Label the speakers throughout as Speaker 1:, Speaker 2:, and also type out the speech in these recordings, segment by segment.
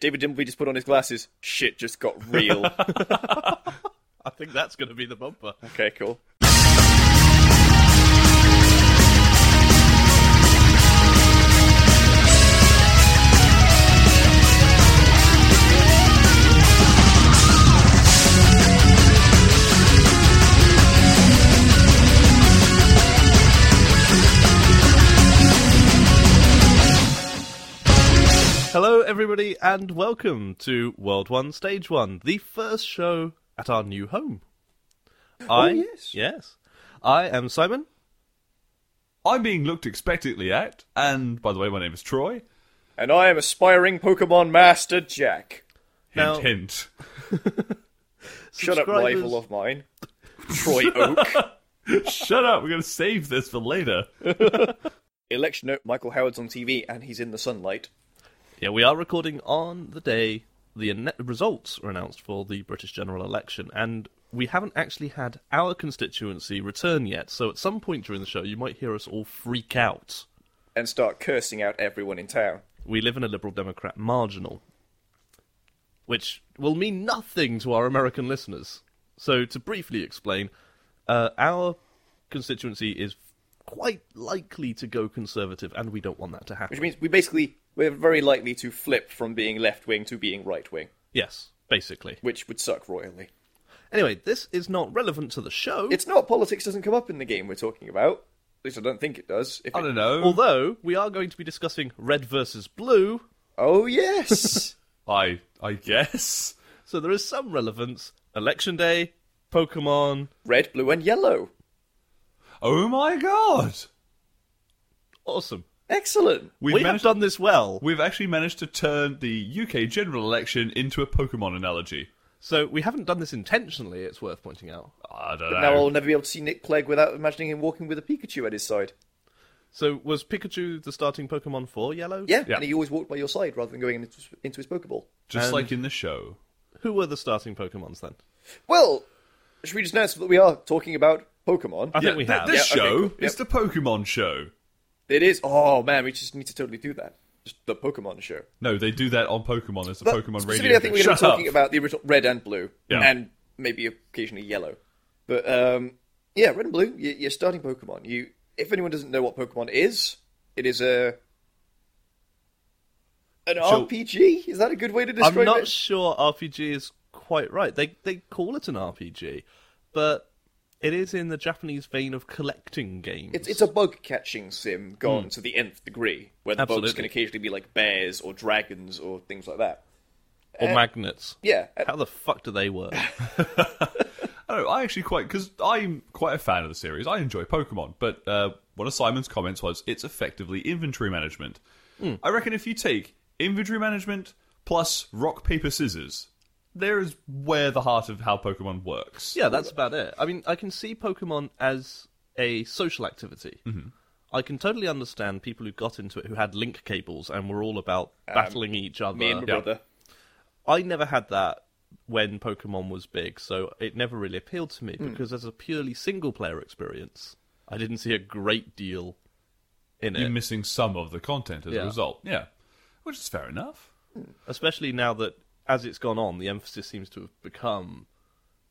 Speaker 1: David Dimbleby just put on his glasses. Shit just got real.
Speaker 2: I think that's going to be the bumper.
Speaker 1: okay, cool.
Speaker 2: Hello, everybody, and welcome to World One Stage One, the first show at our new home. I,
Speaker 1: Oh, yes.
Speaker 2: yes, I am Simon.
Speaker 3: I'm being looked expectantly at, and by the way, my name is Troy.
Speaker 1: And I am aspiring Pokemon Master Jack.
Speaker 3: Hint,
Speaker 2: Now-
Speaker 3: hint.
Speaker 1: Shut up,
Speaker 2: Subscribers-
Speaker 1: rival of mine. Troy Oak.
Speaker 3: Shut up, we're going to save this for later.
Speaker 1: Election note Michael Howard's on TV and he's in the sunlight.
Speaker 2: Yeah, we are recording on the day the ane- results were announced for the British general election, and we haven't actually had our constituency return yet. So, at some point during the show, you might hear us all freak out.
Speaker 1: And start cursing out everyone in town.
Speaker 2: We live in a Liberal Democrat marginal, which will mean nothing to our American listeners. So, to briefly explain, uh, our constituency is quite likely to go conservative, and we don't want that to happen.
Speaker 1: Which means we basically, we're very likely to flip from being left wing to being right wing,
Speaker 2: yes, basically.
Speaker 1: which would suck royally.
Speaker 2: Anyway, this is not relevant to the show.
Speaker 1: It's not politics doesn't come up in the game we're talking about. At least I don't think it does. If
Speaker 3: I
Speaker 1: it-
Speaker 3: don't know.
Speaker 2: Although we are going to be discussing red versus blue,
Speaker 1: Oh, yes!
Speaker 3: I I guess.
Speaker 2: so there is some relevance. Election day, Pokemon,
Speaker 1: Red, blue, and yellow.
Speaker 3: Oh my god.
Speaker 2: awesome.
Speaker 1: Excellent.
Speaker 3: We've
Speaker 2: we have
Speaker 3: managed
Speaker 2: done this well.
Speaker 3: We've actually managed to turn the UK general election into a Pokemon analogy.
Speaker 2: So we haven't done this intentionally. It's worth pointing out.
Speaker 3: I don't
Speaker 1: Now
Speaker 3: know.
Speaker 1: I'll never be able to see Nick Clegg without imagining him walking with a Pikachu at his side.
Speaker 2: So was Pikachu the starting Pokemon for Yellow?
Speaker 1: Yeah,
Speaker 3: Yeah.
Speaker 1: and he always walked by your side rather than going into, into his Pokeball.
Speaker 3: Just
Speaker 2: and-
Speaker 3: like in the show.
Speaker 2: Who were the starting Pokemons then?
Speaker 1: Well, should we just announce that we are talking about Pokemon?
Speaker 2: I think we
Speaker 3: th-
Speaker 2: have.
Speaker 3: This
Speaker 1: Yeah, okay,
Speaker 3: show
Speaker 1: cool. Yep.
Speaker 3: is the Pokemon show.
Speaker 1: It is. Oh man, we just need to totally do that. Just the Pokemon show.
Speaker 3: No, they do that on Pokemon. There's a
Speaker 1: But
Speaker 3: Pokemon
Speaker 1: specifically,
Speaker 3: radio.
Speaker 1: I think we're
Speaker 3: show.
Speaker 1: going to
Speaker 3: Shut
Speaker 1: be talking
Speaker 3: up.
Speaker 1: about the original red and blue,
Speaker 3: Yeah.
Speaker 1: and maybe occasionally yellow. But um, yeah, red and blue. You, you're starting Pokemon. You, if anyone doesn't know what Pokemon is, it is a an
Speaker 3: So-
Speaker 1: RPG. Is that a good way to describe
Speaker 2: I'm not
Speaker 1: it?
Speaker 2: sure RPG is quite right. They they call it an RPG, but it is in the Japanese vein of collecting games.
Speaker 1: It's it's a bug catching sim gone to the nth degree, where the bugs
Speaker 2: Hmm. Absolutely.
Speaker 1: can occasionally be like bears or dragons or things like that. uh,
Speaker 2: or magnets.
Speaker 1: Yeah, uh,
Speaker 2: How the fuck do they work?
Speaker 3: I don't know, I actually quite because I'm quite a fan of the series. I enjoy Pokemon, but uh, one of Simon's comments was it's effectively inventory management.
Speaker 1: Hmm.
Speaker 3: I reckon if you take inventory management plus rock paper scissors, there is where the heart of how Pokemon works.
Speaker 2: Yeah, that's about it. I mean, I can see Pokemon as a social activity. I can totally understand people who got into it who had link cables and were all about battling each other.
Speaker 1: Um, me and my brother.
Speaker 2: I never had that when Pokemon was big, so it never really appealed to me
Speaker 1: Hmm.
Speaker 2: because as a purely single player experience, I didn't see a great deal in
Speaker 3: You're
Speaker 2: it.
Speaker 3: missing some of the content as
Speaker 2: Yeah.
Speaker 3: a result. Yeah, which is fair enough.
Speaker 2: Especially now that as it's gone on, the emphasis seems to have become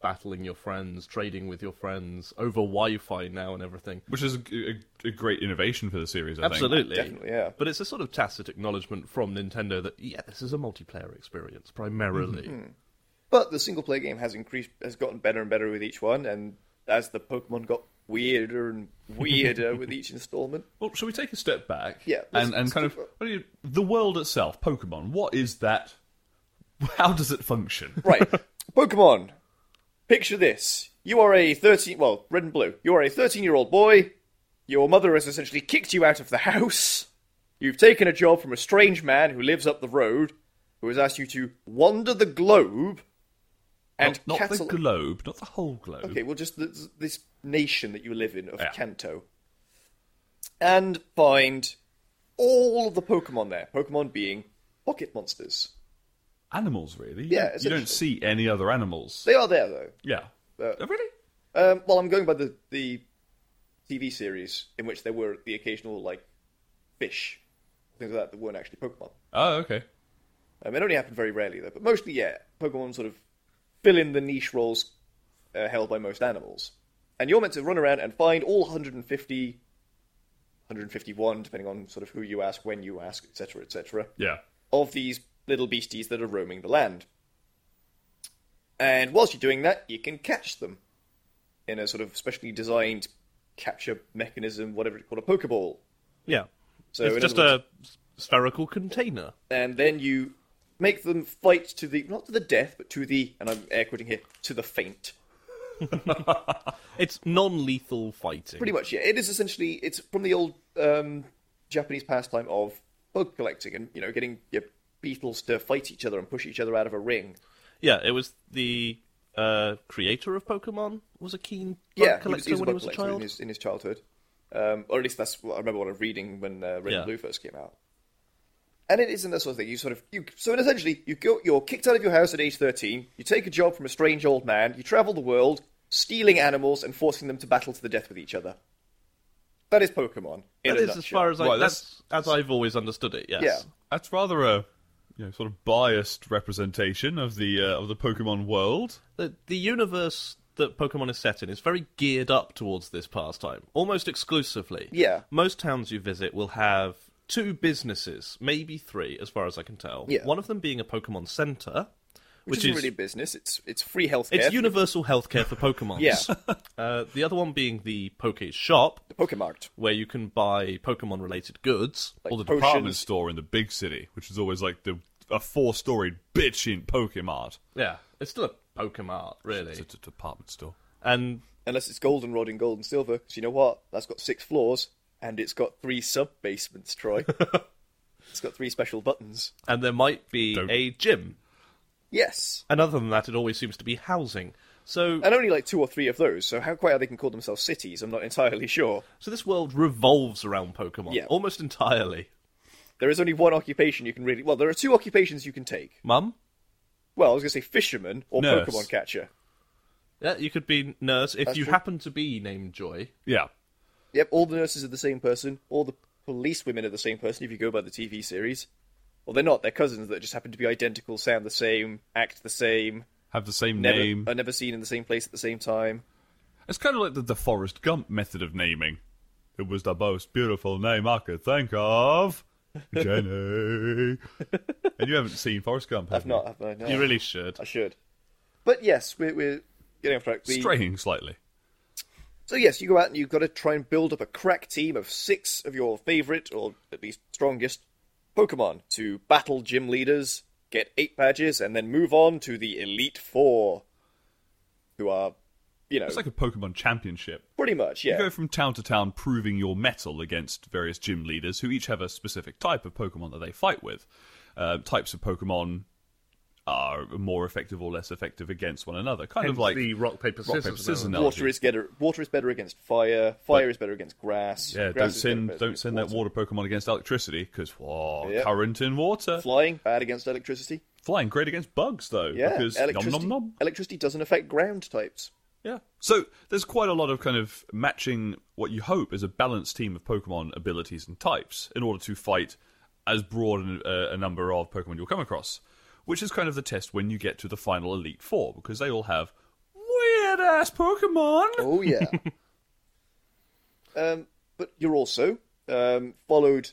Speaker 2: battling your friends, trading with your friends over Wi-Fi now and everything.
Speaker 3: Which is a, a- a great innovation for the series. I Think.
Speaker 2: Absolutely.
Speaker 1: Definitely, yeah.
Speaker 2: But it's a sort of tacit acknowledgement from Nintendo that, yeah, this is a multiplayer experience primarily.
Speaker 1: Mm-hmm. But the single player game has increased, has gotten better and better with each one, and as the Pokemon got weirder and weirder with each installment,
Speaker 3: Well, shall we take a step back?
Speaker 1: Yeah, let's-
Speaker 3: and and
Speaker 1: let's
Speaker 3: kind
Speaker 1: do
Speaker 3: of
Speaker 1: that.
Speaker 3: what do you, the world itself, Pokemon. What is that? How does it function?
Speaker 1: right? Pokemon. Picture this: you are a thirteen, well, red and blue. You are a thirteen-year-old boy. Your mother has essentially kicked you out of the house. You've taken a job from a strange man who lives up the road, who has asked you to wander the globe and
Speaker 3: not, not the
Speaker 1: catalog.
Speaker 3: globe, not the whole globe.
Speaker 1: Okay, well, just this, this nation that you live in of
Speaker 3: Yeah.
Speaker 1: Kanto. And find all of the Pokemon there, Pokemon being pocket monsters.
Speaker 3: Animals, really. You
Speaker 1: Yeah,
Speaker 3: don't- you don't see any other animals.
Speaker 1: They are there, though.
Speaker 3: Yeah.
Speaker 1: Uh,
Speaker 3: Oh, really?
Speaker 1: Um, well, I'm going by the, the TV series in which there were the occasional, like, fish, things like that, that weren't actually Pokemon.
Speaker 3: Oh, okay.
Speaker 1: Um, it only happened very rarely though, but mostly yeah, Pokemon sort of fill in the niche roles uh, held by most animals, and you're meant to run around and find all 150, 151, depending on sort of who you ask, when you ask, etc., etc
Speaker 3: Yeah.
Speaker 1: of these little beasties that are roaming the land. And whilst you're doing that, you can catch them in a sort of specially designed capture mechanism, whatever it's called, a Pokeball.
Speaker 2: Yeah.
Speaker 1: So in
Speaker 2: it's
Speaker 1: other
Speaker 2: just
Speaker 1: words-
Speaker 3: uh,
Speaker 2: a s- spherical container.
Speaker 1: and then you make them fight to the not to the death, but to the and I'm air quoting here to the faint.
Speaker 2: It's non-lethal fighting.
Speaker 1: Pretty much, yeah. It is essentially it's from the old um, Japanese pastime of bug collecting and you know getting your beetles to fight each other and push each other out of a ring.
Speaker 2: Yeah, it was the uh, creator of Pokemon was a keen bug
Speaker 1: yeah, he was-
Speaker 2: collector
Speaker 1: he was,
Speaker 2: when he
Speaker 1: a
Speaker 2: was
Speaker 1: bug
Speaker 2: a
Speaker 1: collector in
Speaker 2: child.
Speaker 1: his, in his childhood, um, or at least that's what I remember what I was reading when uh, Red
Speaker 2: Yeah.
Speaker 1: and Blue first came out. And it isn't that sort of thing. You sort of you so essentially you go you're kicked out of your house at age thirteen. You take a job from a strange old man. You travel the world, stealing animals and forcing them to battle to the death with each other. That is Pokemon. In
Speaker 2: That
Speaker 1: a
Speaker 2: is as
Speaker 1: nutshell.
Speaker 2: far as I
Speaker 3: Right,
Speaker 2: that's, as I've always understood it. Yes.
Speaker 1: Yeah.
Speaker 3: That's rather a you know, sort of biased representation of the uh, of the Pokemon world.
Speaker 2: The the universe that Pokemon is set in is very geared up towards this pastime, almost exclusively.
Speaker 1: Yeah.
Speaker 2: Most towns you visit will have two businesses, maybe three, as far as I can tell.
Speaker 1: Yeah.
Speaker 2: One of them being a Pokemon Center,
Speaker 1: which,
Speaker 2: which,
Speaker 1: isn't
Speaker 2: is
Speaker 1: really business. It's it's free healthcare.
Speaker 2: it's
Speaker 1: for
Speaker 2: universal healthcare for Pokemon.
Speaker 1: Yeah.
Speaker 2: Uh, the other one being the Poke Shop,
Speaker 1: the Pokemart.
Speaker 2: where you can buy Pokemon related goods.
Speaker 3: Or the
Speaker 1: potions.
Speaker 3: department store in the big city, which is always like the a four storied bitch in Pokemart.
Speaker 2: Yeah, it's still a Pokemon, really.
Speaker 3: It's a department store.
Speaker 2: And
Speaker 1: Unless it's goldenrod and gold and silver, 'cause you know what? That's got six floors and it's got three sub basements, Troy. it's got three special buttons.
Speaker 2: and there might be
Speaker 3: Don't-
Speaker 2: a gym.
Speaker 1: Yes.
Speaker 2: And other than that, it always seems to be housing. So,
Speaker 1: And only like two or three of those, so how quite how they can call themselves cities, I'm not entirely sure.
Speaker 2: so this world revolves around Pokemon
Speaker 1: Yeah.
Speaker 2: almost entirely.
Speaker 1: There is only one occupation you can really. Well, there are two occupations you can take.
Speaker 2: Mum,
Speaker 1: Well, I was going to say fisherman or
Speaker 3: Nurse.
Speaker 1: Pokemon catcher.
Speaker 2: yeah, you could be nurse if
Speaker 1: That's
Speaker 2: you
Speaker 1: true.
Speaker 2: happen to be named Joy.
Speaker 3: Yeah.
Speaker 1: Yep, all the nurses are the same person. All the police women are the same person if you go by the TV series. Well, they're not. They're cousins that just happen to be identical, sound the same, act the same,
Speaker 3: Have the same
Speaker 1: never,
Speaker 3: name.
Speaker 1: are never seen in the same place at the same time.
Speaker 3: It's kind of like the, the Forrest Gump method of naming. It was the most beautiful name I could think of. Jenny. and you haven't seen Forrest Gump, have
Speaker 1: I've not. I've not. no.
Speaker 2: You really should.
Speaker 1: I should. But yes, we're, we're getting off track. The-
Speaker 3: Straying slightly.
Speaker 1: So yes, you go out and you've got to try and build up a crack team of six of your favourite or at least strongest Pokemon to battle gym leaders, get eight badges, and then move on to the elite four, who are, you know,
Speaker 3: It's like a Pokemon championship.
Speaker 1: pretty much
Speaker 3: You
Speaker 1: yeah.
Speaker 3: go from town to town proving your mettle against various gym leaders who each have a specific type of Pokemon that they fight with. Uh, types of Pokemon are more effective or less effective against one another. Kind
Speaker 2: Hence
Speaker 3: of like
Speaker 2: the rock paper
Speaker 3: rock,
Speaker 2: scissors.
Speaker 3: paper, scissors
Speaker 2: analogy.
Speaker 3: analogy.
Speaker 1: Water is better. Water is better against fire. Fire is better against grass.
Speaker 3: Yeah,
Speaker 1: grass
Speaker 3: don't
Speaker 1: is better
Speaker 3: send
Speaker 1: against
Speaker 3: don't send that water Pokemon against electricity because whoa,
Speaker 1: Yep.
Speaker 3: current in water.
Speaker 1: Flying bad against electricity.
Speaker 3: Flying great against bugs though.
Speaker 1: Yeah,
Speaker 3: because nom,
Speaker 1: electricity.
Speaker 3: nom, nom.
Speaker 1: Electricity doesn't affect ground types.
Speaker 3: Yeah. So there's quite a lot of kind of matching what you hope is a balanced team of Pokemon abilities and types in order to fight as broad an- uh, a, a number of Pokemon you'll come across, which is kind of the test when you get to the final Elite Four because they all have weird ass Pokemon.
Speaker 1: Oh yeah. um, but you're also um, followed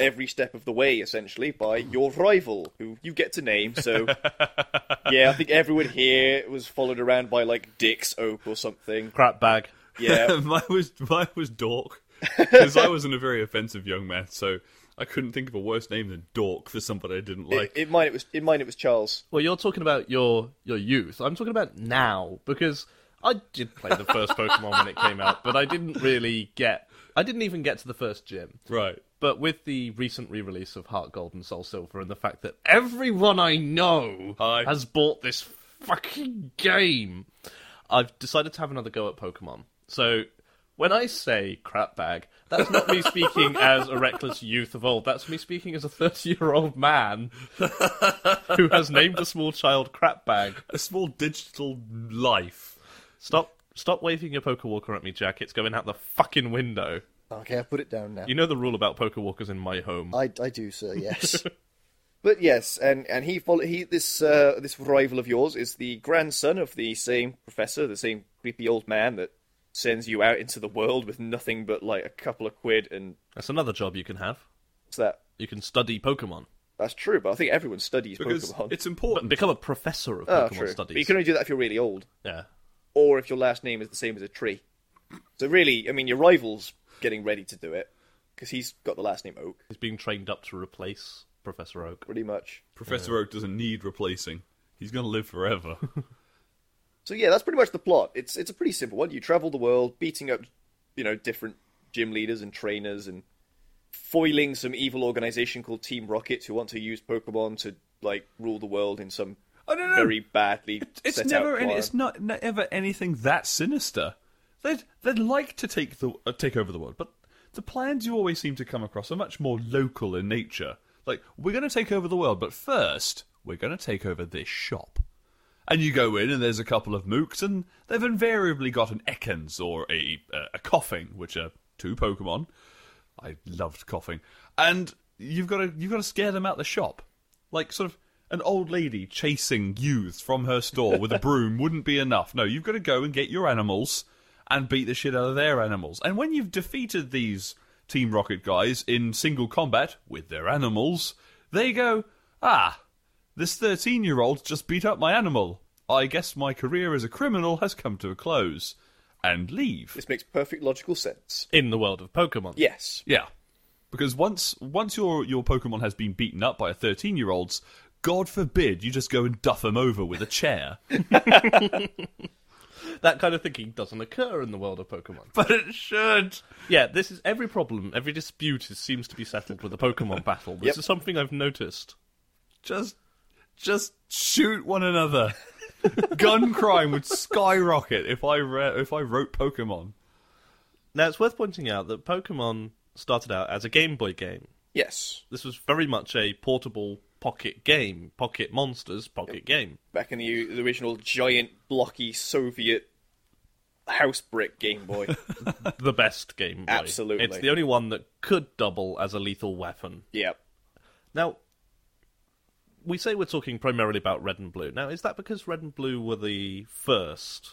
Speaker 1: every step of the way, essentially, by your rival, who you get to name. So yeah, I think everyone here was followed around by like Dick's Oak or something.
Speaker 2: Crap bag.
Speaker 1: Yeah,
Speaker 3: mine was mine was Dork because I wasn't a very offensive young man, so I couldn't think of a worse name than Dork for somebody I didn't
Speaker 1: it,
Speaker 3: like.
Speaker 1: in mine it was in mine it was Charles.
Speaker 2: Well, you're talking about your your youth. I'm talking about now because I did play the first Pokemon when it came out, but I didn't really get. I didn't even get to the first gym.
Speaker 3: Right.
Speaker 2: But with the recent re-release of Heart Gold and Soul Silver, and the fact that everyone I know
Speaker 3: Hi.
Speaker 2: has bought this fucking game, I've decided to have another go at Pokemon. So when I say crap bag, that's not me speaking as a reckless youth of old. That's me speaking as a thirty-year-old man who has named a small child crap bag.
Speaker 3: A small digital life.
Speaker 2: Stop. Stop waving your poker walker at me, Jack. It's going out the fucking window.
Speaker 4: Okay, I'll put it down now.
Speaker 2: You know the rule about poker walkers in my home.
Speaker 4: I, I do, sir, yes.
Speaker 1: But yes, and and he follow he this uh, this rival of yours is the grandson of the same professor, the same creepy old man that sends you out into the world with nothing but like a couple of quid and
Speaker 2: That's another job you can have.
Speaker 1: what's that?
Speaker 2: You can study Pokemon,
Speaker 1: That's true, but I think everyone studies
Speaker 3: Because
Speaker 1: Pokemon.
Speaker 3: it's
Speaker 2: but
Speaker 3: important.
Speaker 2: become a professor of
Speaker 1: oh,
Speaker 2: Pokemon
Speaker 1: true. But you
Speaker 2: studies.
Speaker 1: can only do that if you're really old,
Speaker 2: Yeah,
Speaker 1: or if your last name is the same as a tree. So really, I mean, your rival's getting ready to do it because he's got the last name Oak,
Speaker 2: he's being trained up to replace Professor Oak.
Speaker 1: pretty much.
Speaker 3: Professor Oak doesn't need replacing. He's going to live forever.
Speaker 1: So yeah, that's pretty much the plot. It's it's a pretty simple one. You travel the world, beating up, you know, different gym leaders and trainers, and foiling some evil organization called Team Rocket who want to use Pokemon to like rule the world in some
Speaker 3: I don't know.
Speaker 1: very badly
Speaker 3: it's
Speaker 1: set
Speaker 3: never
Speaker 1: out
Speaker 3: any,
Speaker 1: plan.
Speaker 3: it's not ne- ever anything that sinister. They'd they'd like to take the uh, take over the world, but the plans you always seem to come across are much more local in nature. Like we're going to take over the world, but first we're going to take over this shop. And you go in, and there's a couple of mooks, and they've invariably got an Ekans or a uh, a coughing, which are two Pokemon. I loved coughing, and you've got to you've got to scare them out the shop. Like sort of an old lady chasing youths from her store with a broom wouldn't be enough. No, you've got to go and get your animals and beat the shit out of their animals. And when you've defeated these Team Rocket guys in single combat with their animals, they go, ah, this 13 year old just beat up my animal. I guess my career as a criminal has come to a close. And leave.
Speaker 1: This makes perfect logical sense.
Speaker 2: In the world of Pokemon,
Speaker 1: Yes,
Speaker 3: Yeah, because once once your your Pokemon has been beaten up by a thirteen year old's, God forbid you just go and duff him over with a chair.
Speaker 2: that kind of thinking doesn't occur in the world of Pokemon.
Speaker 3: but it should.
Speaker 2: Yeah, this is every problem, every dispute is, seems to be settled with a Pokemon battle. This
Speaker 1: Yep.
Speaker 2: is something I've noticed.
Speaker 3: Just just shoot one another. Gun crime would skyrocket if I re- if I wrote Pokemon.
Speaker 2: Now, it's worth pointing out that Pokemon started out as a Game Boy game.
Speaker 1: yes.
Speaker 2: This was very much a portable pocket game, pocket monsters, pocket game.
Speaker 1: Back in the, the original giant blocky Soviet house brick Game Boy.
Speaker 2: The best Game Boy.
Speaker 1: Absolutely.
Speaker 2: It's the only one that could double as a lethal weapon.
Speaker 1: yeah,
Speaker 2: Now, we say we're talking primarily about red and blue. Now, is that because red and blue were the first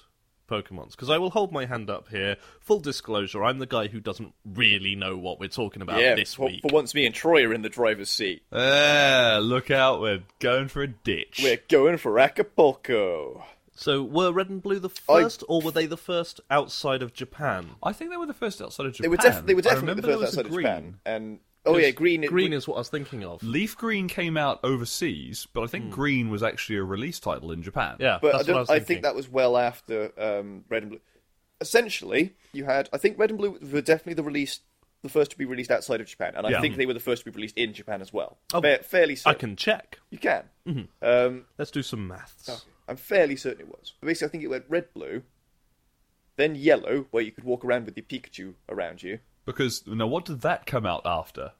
Speaker 2: Pokemons? Because I will hold my hand up here. Full disclosure, I'm the guy who doesn't really know what we're talking about
Speaker 1: yeah.
Speaker 2: this
Speaker 1: for,
Speaker 2: week.
Speaker 1: for once, me and Troy are in the driver's seat.
Speaker 3: Ah, look out! We're going for a ditch.
Speaker 1: We're going for Acapulco.
Speaker 2: So, were red and blue the
Speaker 1: I-
Speaker 2: first, or were they the first outside of Japan?
Speaker 3: I think they were the first outside of Japan.
Speaker 1: They were, def- they were
Speaker 3: I
Speaker 1: definitely
Speaker 3: remember
Speaker 1: the
Speaker 3: there
Speaker 1: first
Speaker 3: was a
Speaker 1: outside of
Speaker 3: green.
Speaker 1: Japan. And oh yeah, green.
Speaker 2: Green is what I was thinking of.
Speaker 3: Leaf Green came out overseas, but I think Green was actually a release title in Japan.
Speaker 2: Yeah,
Speaker 1: but I,
Speaker 2: that's
Speaker 1: don't, I,
Speaker 2: what I was
Speaker 1: think
Speaker 2: thinking.
Speaker 1: that was well after um, red and blue. Essentially, you had I think red and blue were definitely the release, the first to be released outside of Japan, and I
Speaker 3: Yeah.
Speaker 1: think they were the first to be released in Japan as well. Fa- fairly
Speaker 2: I
Speaker 1: certain.
Speaker 2: can check.
Speaker 1: You can. Um,
Speaker 2: Let's do some maths.
Speaker 1: I'm fairly certain it was. But basically, I think it went red, blue, then yellow, where you could walk around with your Pikachu around you.
Speaker 3: Because now, what did that come out after?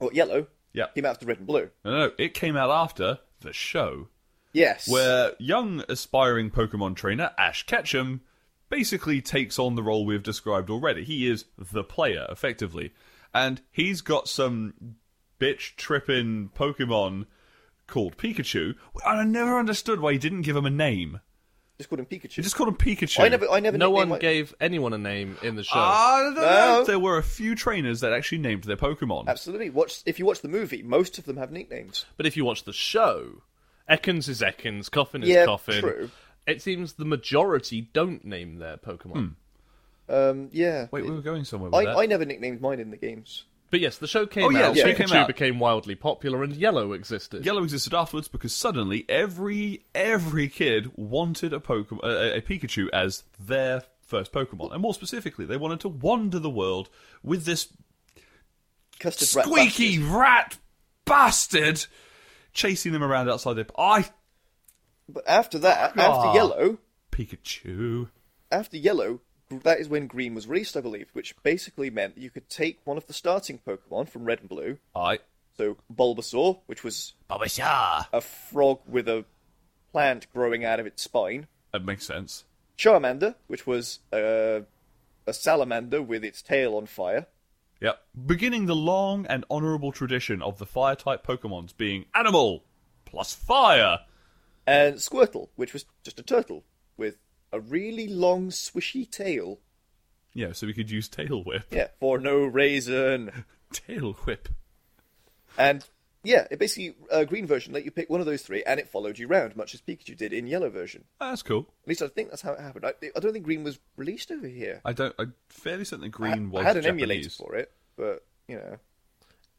Speaker 1: Well, yellow.
Speaker 3: Yeah.
Speaker 1: Came out to red and blue.
Speaker 3: No, no, it came out after the show,
Speaker 1: Yes.
Speaker 3: where young aspiring Pokemon trainer Ash Ketchum basically takes on the role we've described already. He is the player, effectively, and he's got some bitch tripping Pokemon called Pikachu. And I never understood why he didn't give him a name.
Speaker 1: just called him
Speaker 3: He
Speaker 1: Pikachu.
Speaker 3: just called him Pikachu.
Speaker 1: I never. Oh. I never.
Speaker 2: No
Speaker 1: nicknamed
Speaker 2: one
Speaker 1: my-
Speaker 2: gave anyone a name in the show.
Speaker 1: Ah,
Speaker 3: I don't know.
Speaker 1: No.
Speaker 3: There were a few trainers that actually named their Pokemon.
Speaker 1: Absolutely. Watch if you watch the movie, most of them have nicknames.
Speaker 2: But if you watch the show, Ekans is Ekans, Coffin is
Speaker 1: Yeah,
Speaker 2: Coffin.
Speaker 1: true.
Speaker 2: It seems the majority don't name their Pokemon.
Speaker 3: Hmm.
Speaker 1: Um, yeah.
Speaker 3: Wait, we were going somewhere with
Speaker 1: I,
Speaker 3: that.
Speaker 1: I never nicknamed mine in the games.
Speaker 2: But yes, the show came
Speaker 3: Oh, yeah,
Speaker 2: out.
Speaker 1: the show
Speaker 2: Pikachu
Speaker 3: came out.
Speaker 2: became wildly popular, and Yellow existed.
Speaker 3: Yellow existed afterwards because suddenly every every kid wanted a Pokemon, a, a Pikachu as their first Pokemon, and more specifically, they wanted to wander the world with this
Speaker 1: Custard rat
Speaker 3: squeaky
Speaker 1: bastard.
Speaker 3: rat bastard chasing them around outside their. I
Speaker 1: But after that,
Speaker 3: Ah.
Speaker 1: after yellow,
Speaker 3: Pikachu.
Speaker 1: after yellow, that is when green was released, I believe, which basically meant that you could take one of the starting Pokemon from red and blue.
Speaker 3: I.
Speaker 1: So Bulbasaur, which was
Speaker 3: Babasha.
Speaker 1: a frog with a plant growing out of its spine.
Speaker 3: That makes sense.
Speaker 1: Charmander, which was uh, a salamander with its tail on fire.
Speaker 3: Yep. Beginning the long and honourable tradition of the fire type Pokemons being animal plus fire.
Speaker 1: And Uh, Squirtle, which was just a turtle with a really long, swishy tail.
Speaker 3: Yeah, so we could use Tail Whip.
Speaker 1: Yeah, for no reason.
Speaker 3: Tail Whip.
Speaker 1: And yeah, it basically, uh, green version let you pick one of those three and it followed you round, much as Pikachu did in yellow version.
Speaker 3: That's cool.
Speaker 1: At least I think that's how it happened. I, I don't think green was released over here.
Speaker 3: I don't. I'm fairly certain that green
Speaker 1: I,
Speaker 3: was
Speaker 1: I had an
Speaker 3: Japanese.
Speaker 1: emulator for it, but you know.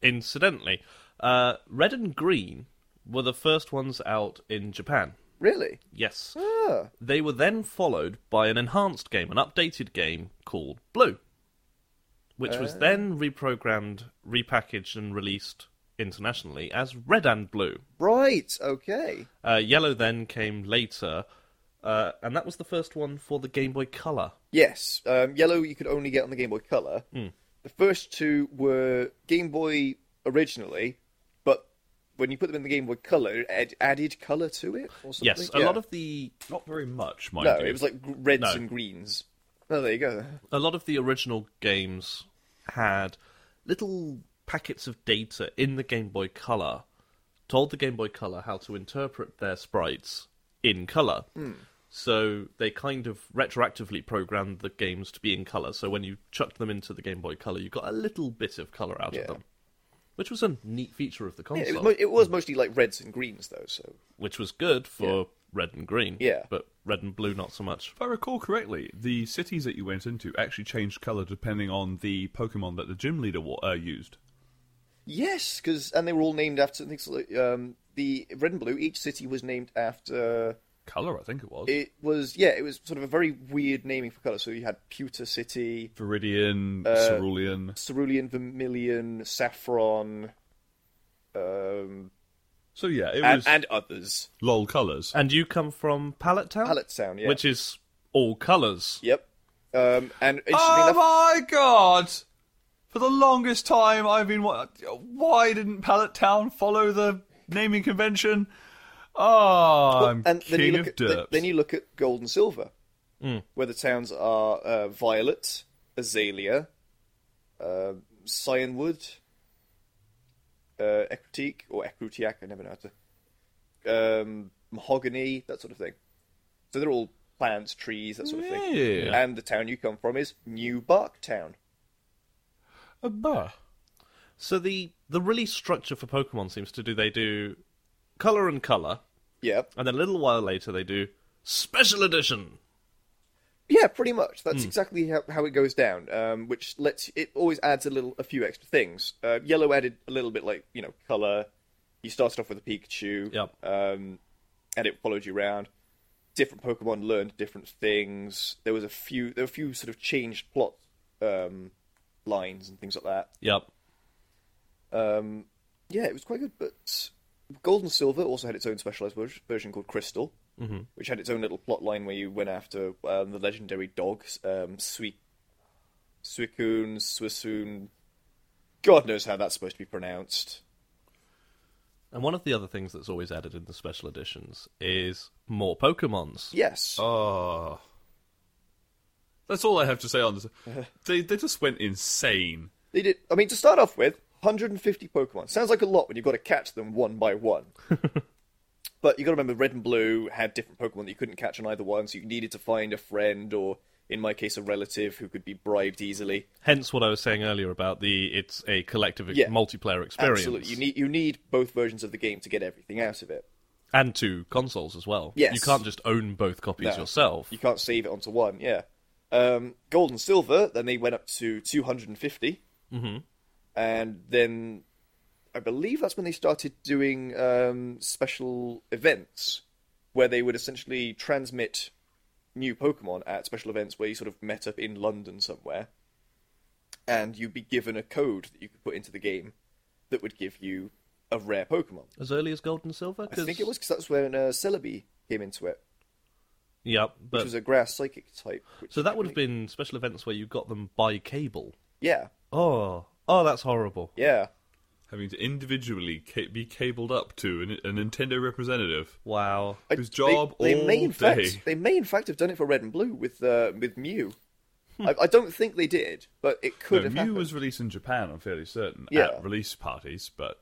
Speaker 2: Incidentally, uh, red and green were the first ones out in Japan.
Speaker 1: Really?
Speaker 2: Yes.
Speaker 1: Ah.
Speaker 2: They were then followed by an enhanced game, an updated game called Blue, which was
Speaker 1: Oh.
Speaker 2: then reprogrammed, repackaged, and released internationally as Red and Blue.
Speaker 1: Right, okay.
Speaker 2: Uh, Yellow then came later, uh, and that was the first one for the Game Boy Color.
Speaker 1: Yes, um, yellow you could only get on the Game Boy Color.
Speaker 2: Hmm.
Speaker 1: The first two were Game Boy originally, but when you put them in the Game Boy Color, it ad- added color to it or something.
Speaker 2: Yes, a
Speaker 1: Yeah.
Speaker 2: lot of the
Speaker 3: Not very much, mind
Speaker 1: no,
Speaker 3: you.
Speaker 1: it was like gr- reds
Speaker 2: No.
Speaker 1: and greens. Oh, there you go.
Speaker 2: a lot of the original games had little packets of data in the Game Boy Color, told the Game Boy Color how to interpret their sprites in color.
Speaker 1: Hmm.
Speaker 2: So they kind of retroactively programmed the games to be in color. So when you chucked them into the Game Boy Color, you got a little bit of color out
Speaker 1: Yeah.
Speaker 2: of them, which was a neat feature of the
Speaker 1: Yeah,
Speaker 2: console,
Speaker 1: it, was mo- it was mostly like reds and greens though. So
Speaker 2: which was good for red and green.
Speaker 1: Yeah.
Speaker 2: but red and blue not so much.
Speaker 3: If I recall correctly, the cities that you went into actually changed color depending on the Pokemon that the gym leader wa- uh, used.
Speaker 1: yes, because and they were all named after things like um, the red and blue. Each city was named after.
Speaker 3: Color, I think it was.
Speaker 1: It was yeah, it was sort of a very weird naming for color. So you had Pewter City.
Speaker 3: Viridian,
Speaker 1: uh,
Speaker 3: Cerulean,
Speaker 1: cerulean, vermilion, saffron, um,
Speaker 3: So yeah, it
Speaker 1: and,
Speaker 3: was
Speaker 1: and others.
Speaker 3: lol colors.
Speaker 2: And you come from Pallet Town,
Speaker 1: Pallet Town, yeah.
Speaker 2: which is all colors.
Speaker 1: Yep. Um, and interestingly
Speaker 3: Oh
Speaker 1: enough,
Speaker 3: my god! For the longest time, I've been. wa- Why didn't Pallet Town follow the naming convention? Oh, I'm
Speaker 1: and
Speaker 3: king
Speaker 1: then you look
Speaker 3: of
Speaker 1: at
Speaker 3: dirt. Mm.
Speaker 1: then you look at gold and silver, where the towns are uh, violet, azalea, uh, cyanwood, uh, ecrutique or ecrutiac. I never know how to um, mahogany, that sort of thing. So they're all plants, trees, that sort of thing.
Speaker 3: Yeah.
Speaker 1: And the town you come from is New Bark Town.
Speaker 3: A bah.
Speaker 2: So the the release structure for Pokemon seems to do they do color and color,
Speaker 1: Yep.
Speaker 2: and then a little while later they do special edition.
Speaker 1: Yeah, pretty much. That's exactly how, how it goes down. Um, which lets it always adds a little, a few extra things. Uh, yellow added a little bit, like you know, color. You started off with a Pikachu,
Speaker 2: Yep.
Speaker 1: um, and it followed you around. Different Pokemon learned different things. There was a few, there were a few sort of changed plot um, lines and things like that.
Speaker 2: Yep.
Speaker 1: Um, yeah, it was quite good. But Gold and Silver also had its own specialized ver- version called Crystal, which had its own little plot line where you went after um, the legendary dog, um, Sui- Suicune, Suisun. God knows how that's supposed to be pronounced.
Speaker 2: And one of the other things that's always added in the special editions is more Pokemons.
Speaker 1: Yes.
Speaker 3: Oh. That's all I have to say on this. They they just went insane.
Speaker 1: They did. I mean, to start off with, 150 Pokemon sounds like a lot when you've got to catch them one by one. but you got to remember, Red and Blue had different Pokemon that you couldn't catch on either one, so you needed to find a friend or, in my case, a relative who could be bribed easily.
Speaker 2: Hence what I was saying earlier about the it's a collective ex-
Speaker 1: Yeah.
Speaker 2: multiplayer experience.
Speaker 1: Absolutely, you need you need both versions of the game to get everything out of it.
Speaker 2: and two consoles as well.
Speaker 1: Yes.
Speaker 2: You can't just own both copies
Speaker 1: No.
Speaker 2: yourself.
Speaker 1: You can't save it onto one. Yeah, um, Gold and Silver. Then they went up to 250, mm-hmm. and then I believe that's when they started doing um, special events where they would essentially transmit new Pokemon at special events where you sort of met up in London somewhere, and you'd be given a code that you could put into the game that would give you a rare Pokemon.
Speaker 2: As early as Gold and Silver?
Speaker 1: I think it was because that's when uh, Celebi came into it,
Speaker 2: Yep.
Speaker 1: which
Speaker 2: But,
Speaker 1: was a grass psychic type. Which
Speaker 2: so that would have been special events where you got them by cable.
Speaker 1: yeah,
Speaker 2: Oh. Oh, that's horrible.
Speaker 1: yeah,
Speaker 3: Having to individually ca- be cabled up to an, a Nintendo representative.
Speaker 2: Wow.
Speaker 1: I-
Speaker 3: Whose job
Speaker 1: they, they may
Speaker 3: all
Speaker 1: in fact
Speaker 3: day.
Speaker 1: they may in fact have done it for Red and Blue with uh, with Mew. I, I don't think they did, but it could
Speaker 3: Hmm. No,
Speaker 1: have
Speaker 3: Mew
Speaker 1: happened.
Speaker 3: was released in Japan, I'm fairly certain,
Speaker 1: Yeah.
Speaker 3: at release parties, but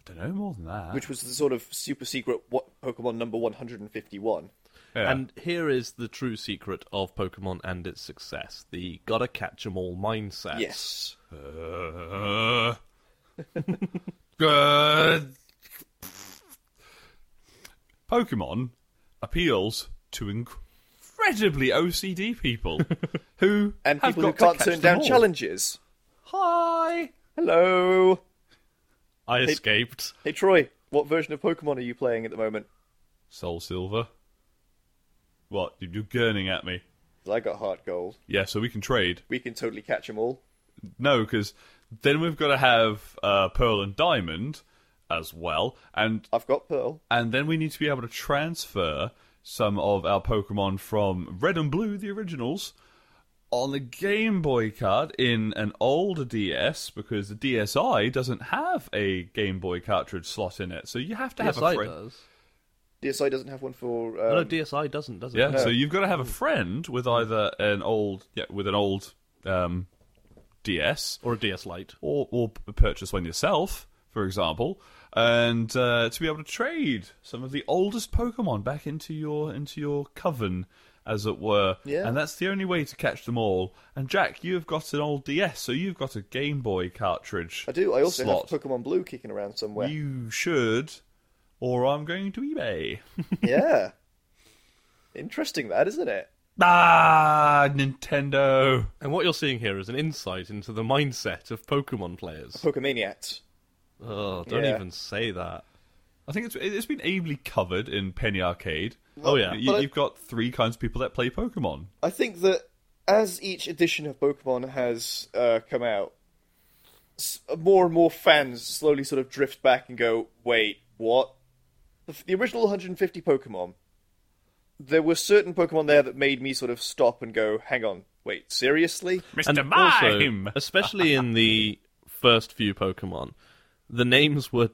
Speaker 3: I don't know more than that.
Speaker 1: Which was the sort of super secret what Pokemon number 151.
Speaker 3: Yeah.
Speaker 2: And here is the true secret of Pokemon and its success: the gotta catch 'em all mindset.
Speaker 1: Yes.
Speaker 3: Uh, uh, Pokemon appeals to incredibly OCD people who
Speaker 1: And
Speaker 3: have
Speaker 1: people who
Speaker 3: got
Speaker 1: can't
Speaker 3: to catch
Speaker 1: turn
Speaker 3: them
Speaker 1: down
Speaker 3: all.
Speaker 1: challenges.
Speaker 3: Hi.
Speaker 1: Hello.
Speaker 2: I escaped.
Speaker 1: Hey, Troy, what version of Pokemon are you playing at the moment?
Speaker 3: Soul Silver. What? You- You're gurning at me.
Speaker 1: 'Cause I got Heart Gold.
Speaker 3: Yeah, so we can trade.
Speaker 1: We can totally catch them all.
Speaker 3: No, because then we've got to have uh, Pearl and Diamond as well, and
Speaker 1: I've got Pearl.
Speaker 3: and then we need to be able to transfer some of our Pokemon from Red and Blue, the originals, on the Game Boy card in an older DS because the DSi doesn't have a Game Boy cartridge slot in it, so you have to have a
Speaker 2: DSi
Speaker 3: friend.
Speaker 2: does.
Speaker 1: DSi doesn't have one for.
Speaker 2: No,
Speaker 1: Um,
Speaker 2: DSi doesn't, does it?
Speaker 3: Yeah, so you've got to have a friend with either an old yeah with an old um, DS
Speaker 2: Or a DS Lite.
Speaker 3: or or p- purchase one yourself, for example, and uh, to be able to trade some of the oldest Pokemon back into your into your coven, as it were.
Speaker 1: Yeah.
Speaker 3: And that's the only way to catch them all. And Jack, you have got an old DS, so you've got a Game Boy cartridge.
Speaker 1: I do. I also
Speaker 3: slot.
Speaker 1: have Pokemon Blue kicking around somewhere.
Speaker 3: You should, or I'm going to eBay.
Speaker 1: yeah. Interesting, that, isn't it?
Speaker 3: ah, Nintendo.
Speaker 2: And what you're seeing here is an insight into the mindset of Pokemon players.
Speaker 1: Pokemaniacs.
Speaker 2: Oh, don't
Speaker 1: Yeah.
Speaker 2: even say that.
Speaker 3: I think it's it's been ably covered in Penny Arcade.
Speaker 2: Oh yeah.
Speaker 3: You,
Speaker 1: I-
Speaker 3: you've got three kinds of people that play Pokemon.
Speaker 1: I think that as each edition of Pokemon has uh, come out, s- more and more fans slowly sort of drift back and go, "Wait, what?" The, f- the original 150 Pokemon, there were certain Pokemon there that made me sort of stop and go, "Hang on, wait, seriously?"
Speaker 2: and
Speaker 3: Mr. Mime.
Speaker 2: also, especially in the first few Pokemon, the names were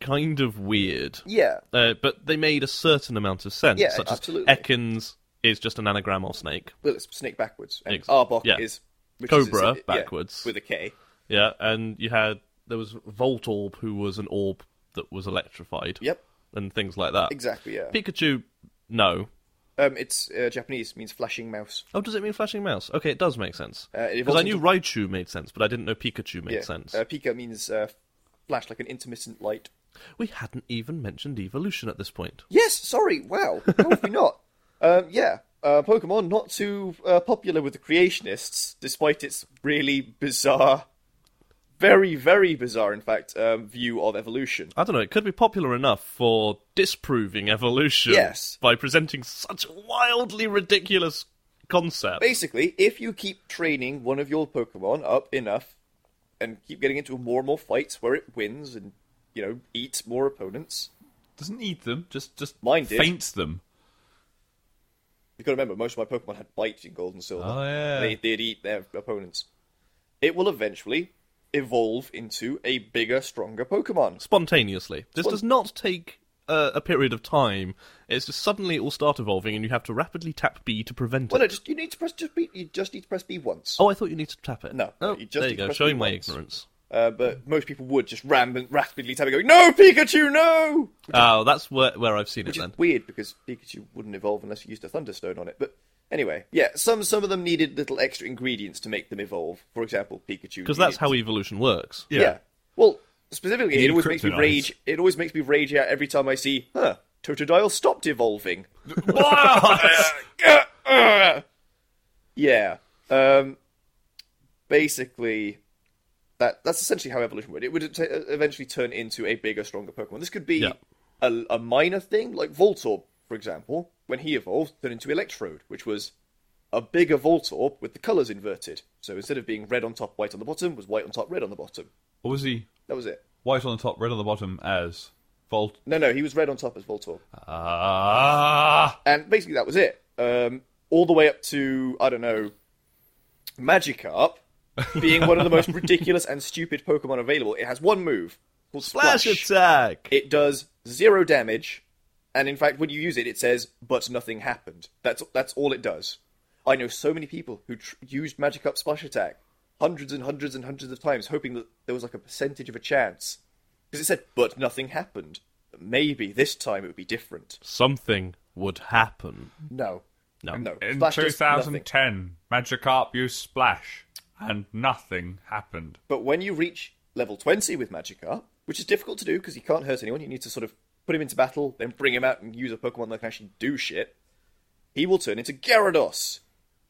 Speaker 2: kind of weird.
Speaker 1: Yeah,
Speaker 2: Uh, but they made a certain amount of sense.
Speaker 1: Yeah,
Speaker 2: such
Speaker 1: absolutely.
Speaker 2: as Ekans is just an anagram of snake.
Speaker 1: well, it's snake backwards, and
Speaker 2: Ex-
Speaker 1: Arbok
Speaker 2: yeah.
Speaker 1: is which
Speaker 2: Cobra
Speaker 1: is, yeah,
Speaker 2: backwards.
Speaker 1: with a K.
Speaker 2: Yeah, and you had there was Voltorb who was an orb that was electrified.
Speaker 1: Yep,
Speaker 2: And things like that.
Speaker 1: exactly. Yeah,
Speaker 2: Pikachu no.
Speaker 1: um, it's uh, Japanese means flashing mouse.
Speaker 2: Oh, does it mean flashing mouse? Okay, it does make sense.
Speaker 1: Uh, it
Speaker 2: Because I
Speaker 1: evolves
Speaker 2: knew
Speaker 1: into-
Speaker 2: Raichu made sense, but I didn't know Pikachu made
Speaker 1: yeah,
Speaker 2: sense.
Speaker 1: Uh, Pika means uh, flash, like an intermittent light.
Speaker 2: we hadn't even mentioned evolution at this point.
Speaker 1: Yes, sorry. Wow, how have we not? Um, yeah, uh, Pokemon not too uh, popular with the creationists, despite its really bizarre, very very bizarre, in fact, um, view of evolution.
Speaker 2: I don't know, it could be popular enough for disproving evolution
Speaker 1: Yes.
Speaker 2: by presenting such a wildly ridiculous concept.
Speaker 1: Basically, if you keep training one of your Pokemon up enough, and keep getting into more and more fights where it wins and you know eats more opponents,
Speaker 3: Doesn't eat them, just just
Speaker 1: Mine did.
Speaker 3: faints them.
Speaker 1: you got to remember most of my Pokemon had bites in Gold and Silver.
Speaker 3: Oh, yeah.
Speaker 1: they, they'd eat their opponents. It will eventually evolve into a bigger, stronger Pokemon.
Speaker 2: Spontaneously. This
Speaker 1: Spon-
Speaker 2: does not take uh, a period of time. It's just suddenly it will start evolving and you have to rapidly tap B to prevent
Speaker 1: Well,
Speaker 2: it.
Speaker 1: no, just you need to press just B. You just need to press B once.
Speaker 2: Oh, I thought you needed to tap it.
Speaker 1: No,
Speaker 2: Oh,
Speaker 1: you just
Speaker 2: there
Speaker 1: need
Speaker 2: you
Speaker 1: to
Speaker 2: go,
Speaker 1: press
Speaker 2: showing
Speaker 1: B
Speaker 2: my
Speaker 1: once.
Speaker 2: ignorance.
Speaker 1: Uh, but most people would just ram and rapidly tab it, going, "No, Pikachu, no!"
Speaker 2: Oh, that's where, where I've seen it
Speaker 1: Which is
Speaker 2: then.
Speaker 1: weird because Pikachu wouldn't evolve unless you used a Thunderstone on it. But anyway, yeah, some some of them needed little extra ingredients to make them evolve. For example, Pikachu.
Speaker 2: Because that's how evolution works.
Speaker 1: Yeah. Well, specifically,
Speaker 3: need
Speaker 1: it always makes me
Speaker 3: kryptonite.
Speaker 1: rage. It always makes me rage out every time I see, huh? Totodile stopped evolving. Yeah. Um, basically, that that's essentially how evolution would. It would t- eventually turn into a bigger, stronger Pokemon. This could be
Speaker 2: Yeah.
Speaker 1: a, a minor thing, like Voltorb, for example, when he evolved, turned into Electrode, which was a bigger Voltorb with the colours inverted. So instead of being red on top, white on the bottom, was white on top, red on the bottom.
Speaker 3: Or was he
Speaker 1: That was it.
Speaker 3: white on the top, red on the bottom as Volt?
Speaker 1: No, no, he was red on top as Voltorb.
Speaker 3: Ah,
Speaker 1: and basically that was it. Um, all the way up to I don't know, Magikarp being one of the most ridiculous and stupid Pokemon available. It has one move called Splash.
Speaker 2: attack!
Speaker 1: It does zero damage, and in fact, when you use it, it says "but nothing happened." That's that's all it does. I know so many people who tr- used Magic Up Splash Attack hundreds and hundreds and hundreds of times, hoping that there was like a percentage of a chance. Because it said, but nothing happened. Maybe this time it would be different.
Speaker 2: Something would happen.
Speaker 1: No.
Speaker 2: No.
Speaker 1: No.
Speaker 3: In
Speaker 1: Splash does nothing.
Speaker 3: 2010, Magikarp used Splash, and nothing happened.
Speaker 1: But when you reach level 20 with Magikarp, which is difficult to do because you can't hurt anyone, you need to sort of put him into battle, then bring him out and use a Pokemon that can actually do shit, he will turn into Gyarados,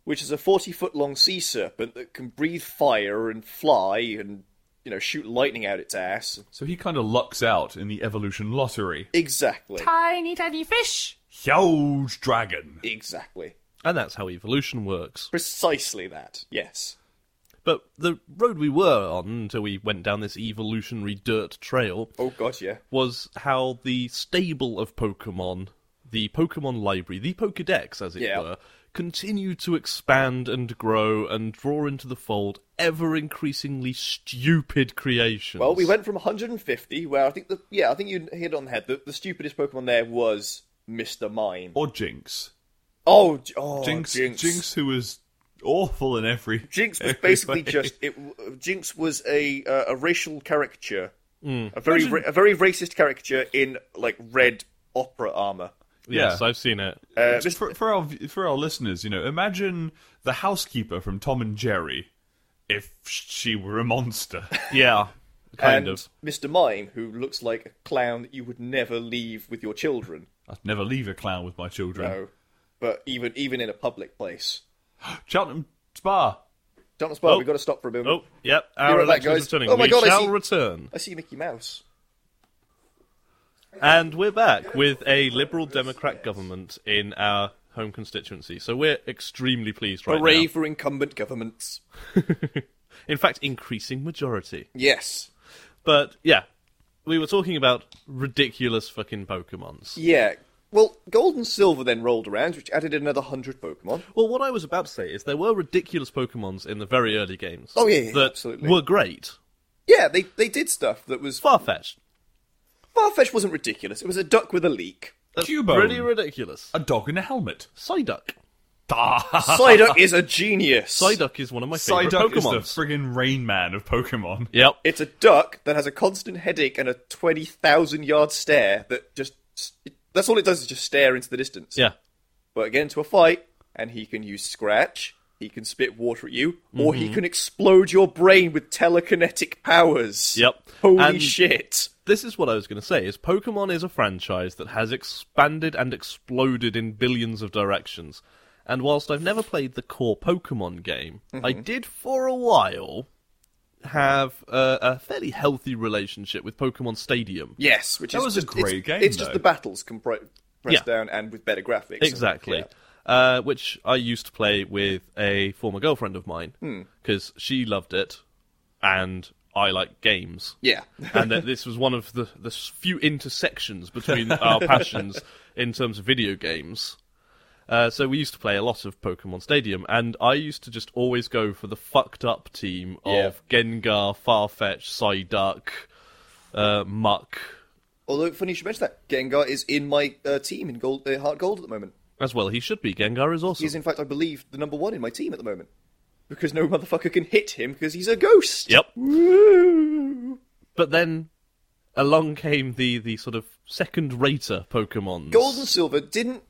Speaker 1: which is a 40 foot long sea serpent that can breathe fire and fly and, you know, shoot lightning out its ass.
Speaker 3: So he kind of lucks out in the evolution lottery.
Speaker 1: Exactly.
Speaker 4: Tiny, tiny fish.
Speaker 3: Huge dragon.
Speaker 1: Exactly.
Speaker 2: And that's how evolution works.
Speaker 1: Precisely that, yes.
Speaker 2: But the road we were on until we went down this evolutionary dirt trail
Speaker 1: Oh, God, yeah.
Speaker 2: was how the stable of Pokemon, the Pokemon library, the Pokedex, as it
Speaker 1: Yeah.
Speaker 2: were, continued to expand and grow and draw into the fold ever increasingly stupid creations.
Speaker 1: Well, we went from 150, where I think the yeah, I think you hit it on the head. The, the stupidest Pokemon there was Mr. Mime.
Speaker 3: Or Jinx.
Speaker 1: Oh, J- oh
Speaker 3: Jinx,
Speaker 1: Jinx.
Speaker 3: Jinx. who was awful in every.
Speaker 1: Jinx was
Speaker 3: every
Speaker 1: basically
Speaker 3: way.
Speaker 1: just it. Jinx was a uh, a racial caricature,
Speaker 2: Hmm.
Speaker 1: a very ra- a very racist caricature in like red opera armor.
Speaker 2: Yes,
Speaker 3: yeah.
Speaker 2: I've seen it.
Speaker 1: Uh, this-
Speaker 3: For, for our for our listeners, you know, imagine the housekeeper from Tom and Jerry, if she were a monster.
Speaker 2: Yeah, kind
Speaker 1: and
Speaker 2: of.
Speaker 1: Mr. Mime, who looks like a clown that you would never leave with your children.
Speaker 3: I'd never leave a clown with my children.
Speaker 1: No, but even even in a public place.
Speaker 3: Cheltenham Spa.
Speaker 1: Don't spoil.
Speaker 2: Oh.
Speaker 1: We've got to stop for a moment.
Speaker 2: Oh, yep.
Speaker 1: You're
Speaker 2: Our
Speaker 1: right,
Speaker 2: election
Speaker 1: guys.
Speaker 2: is returning.
Speaker 1: Oh my
Speaker 2: we
Speaker 1: God, I
Speaker 2: shall
Speaker 1: see-
Speaker 2: return.
Speaker 1: I see Mickey Mouse.
Speaker 2: And we're back with a Liberal Democrat government in our home constituency. So we're extremely pleased right
Speaker 1: Hooray for incumbent governments.
Speaker 2: now. in fact, increasing majority.
Speaker 1: Yes.
Speaker 2: But yeah, we were talking about ridiculous fucking Pokemons.
Speaker 1: Yeah. Well, gold and silver then rolled around, which added another hundred Pokemon.
Speaker 2: Well, what I was about to say is there were ridiculous Pokemons in the very early games.
Speaker 1: Oh, yeah, yeah,
Speaker 2: that
Speaker 1: absolutely.
Speaker 2: were great.
Speaker 1: Yeah, they they did stuff that was
Speaker 2: Far fetched.
Speaker 1: Farfetch wasn't ridiculous. It was a duck with a leak.
Speaker 2: That's
Speaker 3: Cubone.
Speaker 2: pretty ridiculous.
Speaker 3: A dog in a helmet.
Speaker 2: Psyduck.
Speaker 3: Ah,
Speaker 1: Psyduck is a genius.
Speaker 2: Psyduck is one of my favorite
Speaker 3: Psyduck is
Speaker 2: Pokemon.
Speaker 3: the friggin' Rain Man of Pokemon.
Speaker 2: yep.
Speaker 1: It's a duck that has a constant headache and a twenty thousand yard stare that just that's all it does is just stare into the distance.
Speaker 2: Yeah.
Speaker 1: But get into a fight, and he can use scratch. He can spit water at you, or he can explode your brain with telekinetic powers.
Speaker 2: Yep.
Speaker 1: Holy
Speaker 2: And-
Speaker 1: shit!
Speaker 2: this is what I was going to say is Pokemon is a franchise that has expanded and exploded in billions of directions. And whilst I've never played the core Pokemon game, I
Speaker 1: Mm-hmm.
Speaker 2: did for a while have a, a fairly healthy relationship with Pokemon Stadium.
Speaker 1: Yes, which
Speaker 3: That
Speaker 1: is
Speaker 3: was a
Speaker 1: just,
Speaker 3: great
Speaker 1: it's,
Speaker 3: game,
Speaker 1: It's just
Speaker 3: though.
Speaker 1: the battles compressed
Speaker 2: Yeah.
Speaker 1: down and with better graphics.
Speaker 2: Exactly.
Speaker 1: Yeah.
Speaker 2: Uh, which I used to play with a former girlfriend of mine
Speaker 1: Hmm.
Speaker 2: because she loved it, and I like games.
Speaker 1: Yeah.
Speaker 2: and that this was one of the the s- few intersections between our passions in terms of video games. Uh, so we used to play a lot of Pokemon Stadium, and I used to just always go for the fucked up team
Speaker 1: Yeah.
Speaker 2: of Gengar, Farfetch, Psyduck, uh, Muck,
Speaker 1: Although funny you should mention that Gengar is in my uh, team in gold, uh, Heart Gold at the moment.
Speaker 2: as well. He should be. Gengar is awesome.
Speaker 1: He's in fact, I believe, the number one in my team at the moment because no motherfucker can hit him because he's a ghost.
Speaker 2: Yep. But then along came the, the sort of second rater Pokemon.
Speaker 1: Gold and Silver didn't.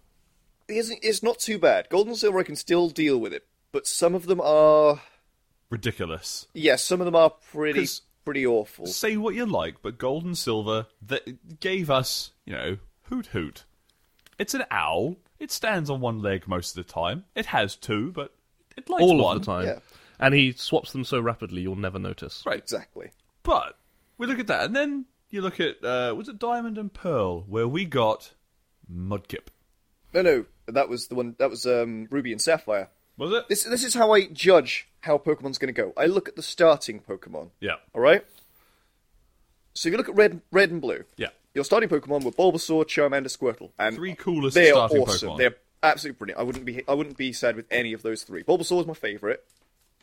Speaker 1: Isn't, it's not too bad. Gold and Silver, I can still deal with it, but some of them are.
Speaker 3: Ridiculous.
Speaker 1: Yeah, some of them are pretty
Speaker 3: 'Cause-
Speaker 1: pretty awful.
Speaker 3: Say what you like, but gold and silver that gave us, you know, hoot hoot. It's an owl. It stands on one leg most of the time. It has two, but it likes
Speaker 2: all
Speaker 3: one.
Speaker 2: of the time.
Speaker 1: Yeah.
Speaker 2: And he swaps them so rapidly you'll never notice.
Speaker 3: Right.
Speaker 1: Exactly.
Speaker 3: But we look at that, and then you look at uh, was it Diamond and Pearl, where we got Mudkip.
Speaker 1: No, no, that was the one. That was um, Ruby and Sapphire.
Speaker 3: Was it?
Speaker 1: This this is how I judge how Pokemon's going to go. I look at the starting Pokemon.
Speaker 3: Yeah.
Speaker 1: All right. So if you look at red, red and blue,
Speaker 3: Yeah.
Speaker 1: your starting Pokemon were Bulbasaur, Charmander, Squirtle, and
Speaker 3: Three coolest
Speaker 1: They are
Speaker 3: starting
Speaker 1: awesome.
Speaker 3: Pokemon.
Speaker 1: They're absolutely brilliant. I wouldn't be I wouldn't be sad with any of those three. Bulbasaur is my favorite,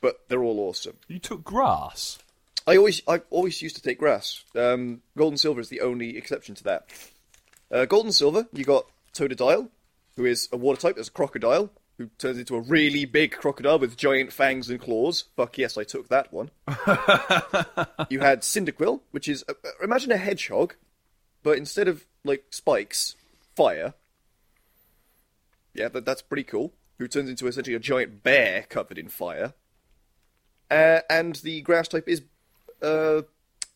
Speaker 1: but they're all awesome.
Speaker 3: You took grass.
Speaker 1: I always I always used to take grass. Um, gold and silver is the only exception to that. Uh, gold and silver, you got Totodile, who is a water type. There's a crocodile. who turns into a really big crocodile with giant fangs and claws. Fuck yes, I took that one. you had Cyndaquil, which is uh, uh, imagine a hedgehog, but instead of like spikes, fire. Yeah, that, that's pretty cool. Who turns into essentially a giant bear covered in fire. Uh, and the grass type is uh,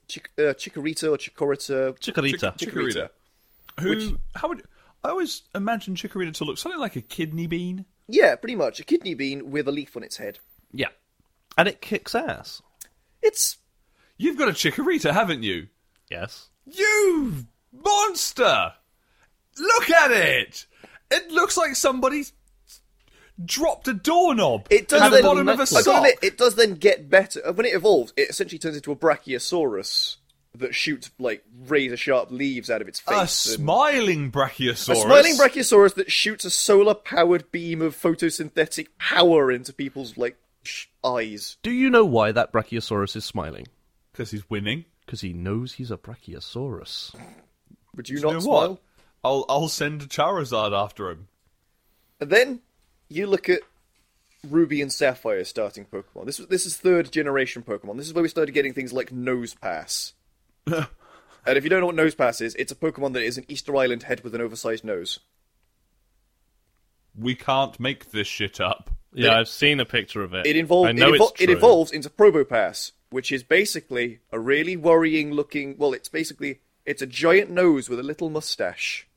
Speaker 1: Chic- uh, Chikorita or Chikorita.
Speaker 2: Chikorita.
Speaker 3: Chikorita. Who? How would? I always imagine Chikorita to look something like a kidney bean.
Speaker 1: Yeah, pretty much. A kidney bean with a leaf on its head.
Speaker 3: Yeah.
Speaker 2: and it kicks ass.
Speaker 1: It's.
Speaker 3: You've got a Chikorita, haven't you?
Speaker 2: Yes.
Speaker 3: You monster! Look at it! It looks like somebody dropped a doorknob
Speaker 1: It does
Speaker 3: in the
Speaker 1: then,
Speaker 3: bottom of a
Speaker 1: I've got
Speaker 3: sock.
Speaker 1: to admit, it does then get better. Uh, When it evolves, it essentially turns into a Brachiosaurus that shoots, like, razor sharp leaves out of its
Speaker 3: a
Speaker 1: face. and-
Speaker 3: smiling brachiosaurus.
Speaker 1: a smiling Brachiosaurus that shoots a solar powered beam of photosynthetic power into people's, like, sh- eyes.
Speaker 2: Do you know why that Brachiosaurus is smiling?
Speaker 3: because he's winning.
Speaker 2: Because he knows he's a Brachiosaurus.
Speaker 1: Would you,
Speaker 3: You
Speaker 1: not
Speaker 3: know
Speaker 1: smile?
Speaker 3: what? I'll I'll send a Charizard after him.
Speaker 1: And then you look at Ruby and Sapphire starting Pokemon. This was this is third generation Pokemon. This is where we started getting things like Nose Pass. and if you don't know what Nose Pass is, it's a Pokemon that is an Easter Island head with an oversized nose.
Speaker 3: We can't make this shit up.
Speaker 2: Yeah, I've seen a picture of it.
Speaker 1: It involves
Speaker 2: I know
Speaker 1: it,
Speaker 2: it's
Speaker 1: evol- it
Speaker 2: true.
Speaker 1: evolves into Probopass, which is basically a really worrying looking. Well, it's basically it's a giant nose with a little mustache.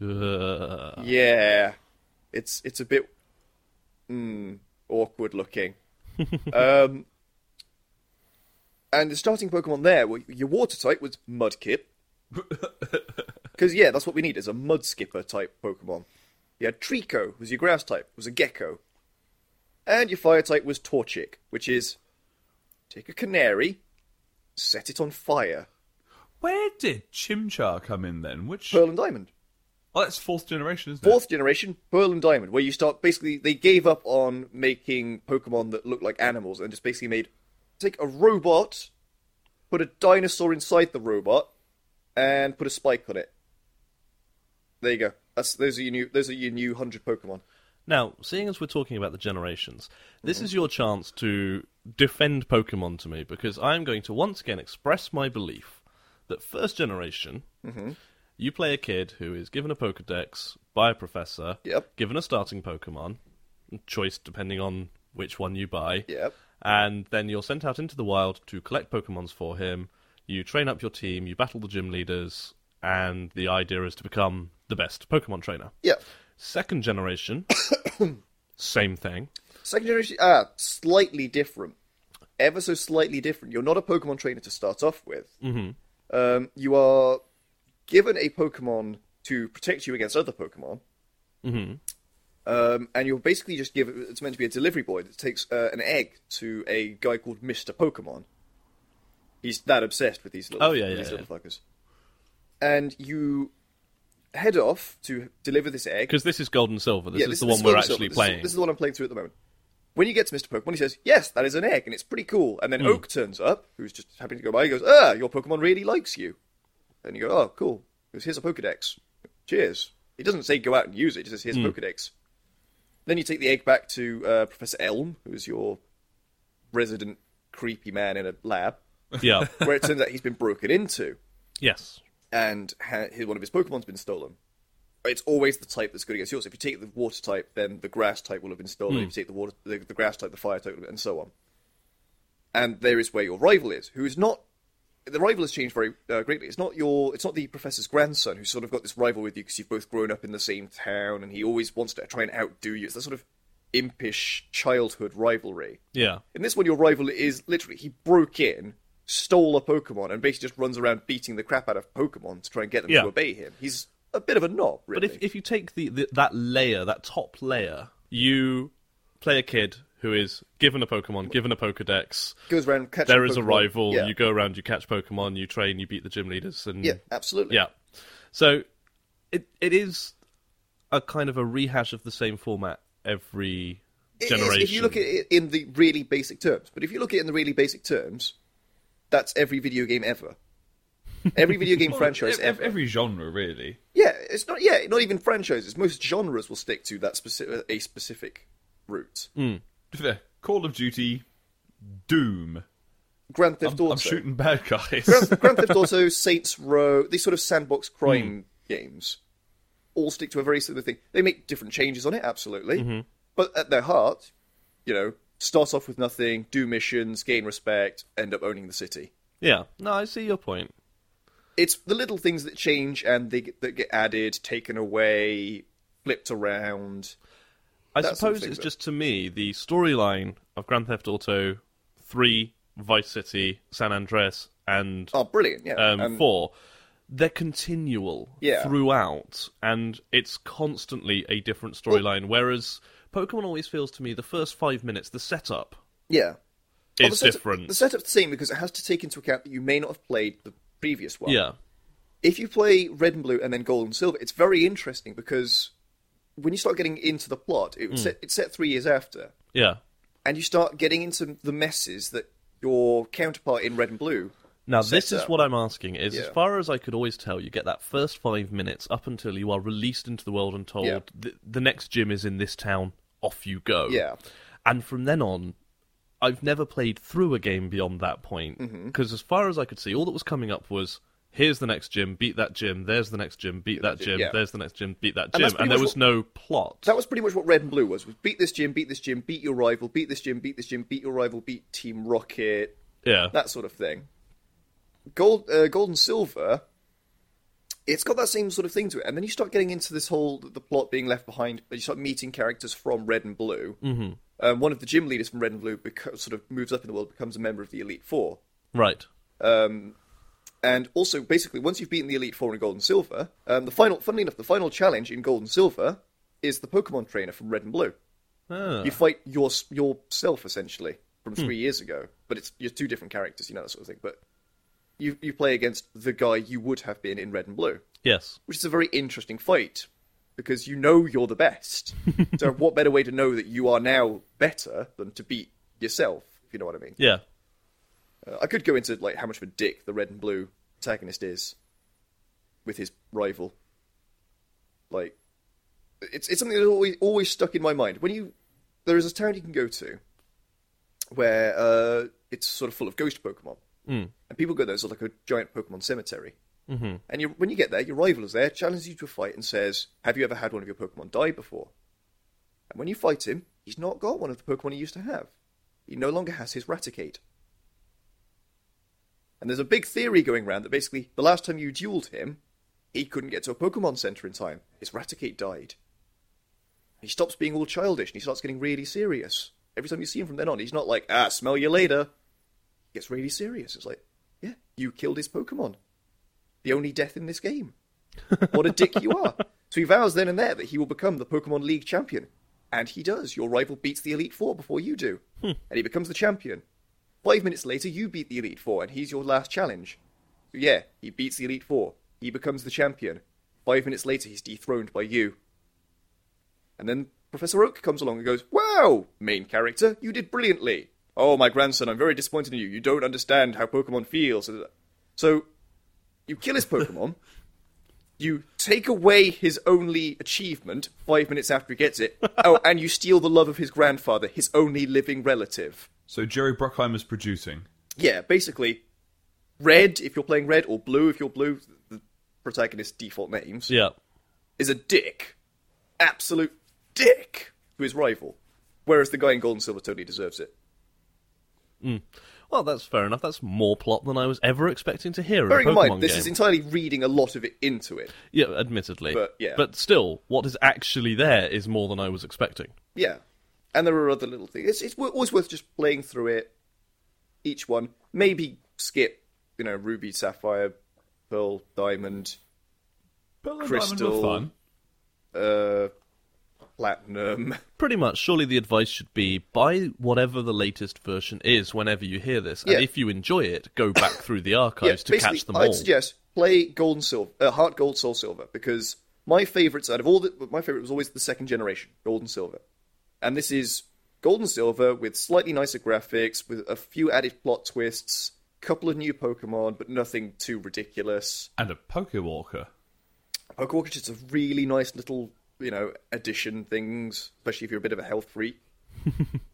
Speaker 2: Ugh.
Speaker 1: Yeah, it's it's a bit mm, awkward looking. um, and the starting Pokemon there, well, your water type was Mudkip, because yeah, that's what we need is a Mud Skipper type Pokemon. You had Trico, was your grass type, was a gecko, and your fire type was Torchic, which is take a canary, set it on fire,
Speaker 3: Where did Chimchar come in then? Which
Speaker 1: pearl and diamond.
Speaker 3: oh, that's fourth generation, isn't
Speaker 1: fourth generation pearl and diamond where you start basically they gave up on making pokemon that look like animals and just basically made take a robot put a dinosaur inside the robot and put a spike on it there you go that's those are your new those are your new 100 pokemon
Speaker 2: Now, seeing as we're talking about the generations, this is your chance to defend Pokemon to me because I'm going to once again express my belief that first generation, you play a kid who is given a Pokedex by a professor,
Speaker 1: Yep.
Speaker 2: given a starting Pokemon, choice depending on which one you buy,
Speaker 1: Yep.
Speaker 2: and then you're sent out into the wild to collect Pokemons for him. You train up your team, you battle the gym leaders, and the idea is to become the best Pokemon trainer.
Speaker 1: yeah
Speaker 2: Second generation, same thing.
Speaker 1: second generation ah slightly different ever so slightly different you're not a pokemon trainer to start off with
Speaker 2: Mm-hmm.
Speaker 1: um, you are given a pokemon to protect you against other pokemon
Speaker 2: hmm
Speaker 1: Um, and you're basically just give it's meant to be a delivery boy that takes uh, an egg to a guy called Mister Pokemon. He's that obsessed with these little,
Speaker 2: Oh, yeah,
Speaker 1: with
Speaker 2: yeah,
Speaker 1: these
Speaker 2: yeah.
Speaker 1: little fuckers. And you head off to deliver this egg.
Speaker 2: Because this is gold and silver. This
Speaker 1: Yeah,
Speaker 2: is
Speaker 1: this-
Speaker 2: the
Speaker 1: this
Speaker 2: one we're
Speaker 1: Gold and Silver.
Speaker 2: actually
Speaker 1: This is-
Speaker 2: playing.
Speaker 1: This is the one I'm playing through at the moment. When you get to Mister Pokemon, he says, "Yes, that is an egg, and it's pretty cool." And then
Speaker 2: Hmm.
Speaker 1: Oak turns up, who's just happening to go by. He goes, "Ah, your Pokemon really likes you." And you go, "Oh, cool." He goes, "Here's a Pokedex. Cheers." He doesn't say go out and use it. He just says, "Here's
Speaker 2: Hmm.
Speaker 1: a Pokedex." Then you take the egg back to uh, Professor Elm, who's your resident creepy man in a lab,
Speaker 2: Yeah.
Speaker 1: where it turns out he's been broken into
Speaker 2: yes.
Speaker 1: and ha- his, one of his Pokemon's been stolen. It's always the type that's good against yours. If you take the water type, then the grass type will have been stolen. If you take the water, the, the grass type, the fire type, and so on. And there is where your rival is, who is not. The rival has changed very uh, greatly. It's not your. It's not the professor's grandson who's sort of got this rival with you because you've both grown up in the same town, and he always wants to try and outdo you. It's that sort of impish childhood rivalry.
Speaker 2: Yeah.
Speaker 1: In this one, your rival is literally he broke in, stole a Pokemon, and basically just runs around beating the crap out of Pokemon to try and get them
Speaker 2: Yeah.
Speaker 1: to obey him. He's a bit of a knob, really.
Speaker 2: But if, if you take the, the that layer, that top layer, you play a kid who is given a Pokemon, given a Pokedex.
Speaker 1: goes around catching
Speaker 2: There is a
Speaker 1: Pokemon.
Speaker 2: rival.
Speaker 1: Yeah,
Speaker 2: You go around, you catch Pokemon, you train, you beat the gym leaders, and
Speaker 1: yeah, absolutely.
Speaker 2: yeah. So it it is a kind of a rehash of the same format every
Speaker 1: It is,
Speaker 2: generation.
Speaker 1: if you look at it in the really basic terms, but if you look at it in the really basic terms, that's every video game ever. Every video game
Speaker 3: Well,
Speaker 1: franchise
Speaker 3: ev- ev-
Speaker 1: ever.
Speaker 3: every genre really.
Speaker 1: Yeah, it's not. Yeah, not even franchises. Most genres will stick to that specific a specific route.
Speaker 2: Mm.
Speaker 3: Fair. Call of Duty, Doom.
Speaker 1: Grand Theft Auto.
Speaker 3: I'm shooting bad guys.
Speaker 1: Grand, Grand Theft Auto, Saints Row, these sort of sandbox crime
Speaker 2: Hmm.
Speaker 1: games, all stick to a very similar thing. They make different changes on it, absolutely,
Speaker 2: Mm-hmm.
Speaker 1: but at their heart, you know, start off with nothing, do missions, gain respect, end up owning the city.
Speaker 2: Yeah. No, I see your point.
Speaker 1: It's the little things that change and they get, that get added, taken away, flipped around.
Speaker 2: I
Speaker 1: That sort of
Speaker 2: suppose
Speaker 1: thing,
Speaker 2: it's
Speaker 1: but-
Speaker 2: just to me the storyline of Grand Theft Auto 3, Vice City, San Andreas, and
Speaker 1: Oh, brilliant! Yeah,
Speaker 2: um,
Speaker 1: And-
Speaker 2: four, they're continual
Speaker 1: Yeah.
Speaker 2: throughout, and it's constantly a different storyline. Whereas Pokemon always feels to me the first five minutes, the setup
Speaker 1: yeah. Oh, the
Speaker 2: is
Speaker 1: setup-
Speaker 2: different.
Speaker 1: The setup's the same because it has to take into account that you may not have played the previous one.
Speaker 2: yeah,
Speaker 1: if you play red and blue and then gold and silver, it's very interesting because when you start getting into the plot, it was set, it's set three years after,
Speaker 2: yeah.
Speaker 1: and you start getting into the messes that your counterpart in red and blue.
Speaker 2: Now this is
Speaker 1: Setup.
Speaker 2: what I'm asking: is as
Speaker 1: Yeah.
Speaker 2: far as I could always tell, you get that first five minutes up until you are released into the world and told
Speaker 1: Yeah.
Speaker 2: the, the next gym is in this town. Off you go.
Speaker 1: Yeah.
Speaker 2: And from then on, I've never played through a game beyond that point.
Speaker 1: Mm-hmm.
Speaker 2: Because as far as I could see, all that was coming up was here's the next gym, beat that gym, there's the next gym, beat that gym,
Speaker 1: yeah.
Speaker 2: there's the next gym, beat that
Speaker 1: And
Speaker 2: gym.
Speaker 1: that's
Speaker 2: And,
Speaker 1: pretty
Speaker 2: there
Speaker 1: much
Speaker 2: was
Speaker 1: what-
Speaker 2: no plot.
Speaker 1: That was pretty much what red and blue was: was beat this gym, beat this gym, beat your rival, beat this gym, beat this gym, beat your rival, beat Team Rocket,
Speaker 2: yeah.
Speaker 1: that sort of thing. Gold, uh, gold and silver. It's got that same sort of thing to it, and then you start getting into this whole the plot being left behind. You start meeting characters from Red and Blue. Mm-hmm. Um, one of the gym leaders from Red and Blue beco- sort of moves up in the world, becomes a member of the Elite Four,
Speaker 2: right.
Speaker 1: and also basically once you've beaten the Elite Four in Gold and Silver, um, the final, funnily enough, the final challenge in Gold and Silver is the Pokemon trainer from Red and Blue.
Speaker 2: Ah.
Speaker 1: You fight your, yourself essentially from three years ago, but it's you're two different characters, you know that sort of thing. But you you play against the guy you would have been in Red and Blue,
Speaker 2: Yes.
Speaker 1: which is a very interesting fight because you know you're the best. so what better way to know that you are now better than to beat yourself? If you know what I mean.
Speaker 2: Yeah.
Speaker 1: Uh, I could go into like how much of a dick the Red and Blue protagonist is with his rival. Like, it's it's something that's always always stuck in my mind. When you there is a town you can go to where uh, it's sort of full of ghost Pokemon, mm. and people go there. There's like a giant Pokemon cemetery, mm-hmm. and you, when you get there, your rival is there, challenges you to a fight, and says, "Have you ever had one of your Pokemon die before?" And when you fight him, he's not got one of the Pokemon he used to have. He no longer has his Raticate. And there's a big theory going around that basically the last time you dueled him, he couldn't get to a Pokemon Center in time. His Raticate died. He stops being all childish and he starts getting really serious. Every time you see him from then on, he's not like, ah, smell you later. He gets really serious. It's like, yeah, you killed his Pokemon. The only death in this game. What a dick you are. So he vows then and there that he will become the Pokemon League champion. And he does. Your rival beats the Elite Four before you do. And he becomes the champion. Five minutes later, you beat the Elite Four, and he's your last challenge. So yeah, he beats the Elite Four. He becomes the champion. Five minutes later, he's dethroned by you. And then Professor Oak comes along and goes, Wow, main character, you did brilliantly. Oh, my grandson, I'm very disappointed in you. You don't understand how Pokemon feels. So, you kill his Pokemon, you take away his only achievement five minutes after he gets it, oh, and you steal the love of his grandfather, his only living relative.
Speaker 3: So Jerry Bruckheimer's producing.
Speaker 1: Yeah, basically, red if you're playing red, or blue if you're blue, the protagonist's default names,
Speaker 2: Yeah.
Speaker 1: is a dick. Absolute dick to his rival. Whereas the guy in gold and silver totally deserves it.
Speaker 2: Well, that's fair enough. That's more plot than I was ever expecting to hear
Speaker 1: Bearing
Speaker 2: in a
Speaker 1: in
Speaker 2: Pokemon
Speaker 1: mind, this
Speaker 2: game.
Speaker 1: is entirely reading a lot of it into it.
Speaker 2: Yeah, admittedly.
Speaker 1: But, yeah.
Speaker 2: But still, what is actually there is more than I was expecting.
Speaker 1: Yeah. And there are other little things. It's, it's wo- always worth just playing through it, each one. Maybe skip, you know, ruby, sapphire, pearl, diamond,
Speaker 3: Pearl and Diamond were
Speaker 1: Crystal.
Speaker 3: fun.
Speaker 1: uh, platinum.
Speaker 2: Pretty much, surely the advice should be buy whatever the latest version is whenever you hear this,
Speaker 1: Yeah.
Speaker 2: and if you enjoy it, go back through the archives to
Speaker 1: basically,
Speaker 2: catch them
Speaker 1: I'd
Speaker 2: all.
Speaker 1: suggest play Gold and Silver, uh, Heart Gold, Soul Silver, because my favourites out of all the, my favourite was always the second generation, Gold and Silver, and this is Gold and Silver with slightly nicer graphics, with a few added plot twists, couple of new Pokemon, but nothing too ridiculous.
Speaker 3: And a Pokewalker.
Speaker 1: Pokewalker just a really nice little, you know, addition things, especially if you're a bit of a health freak.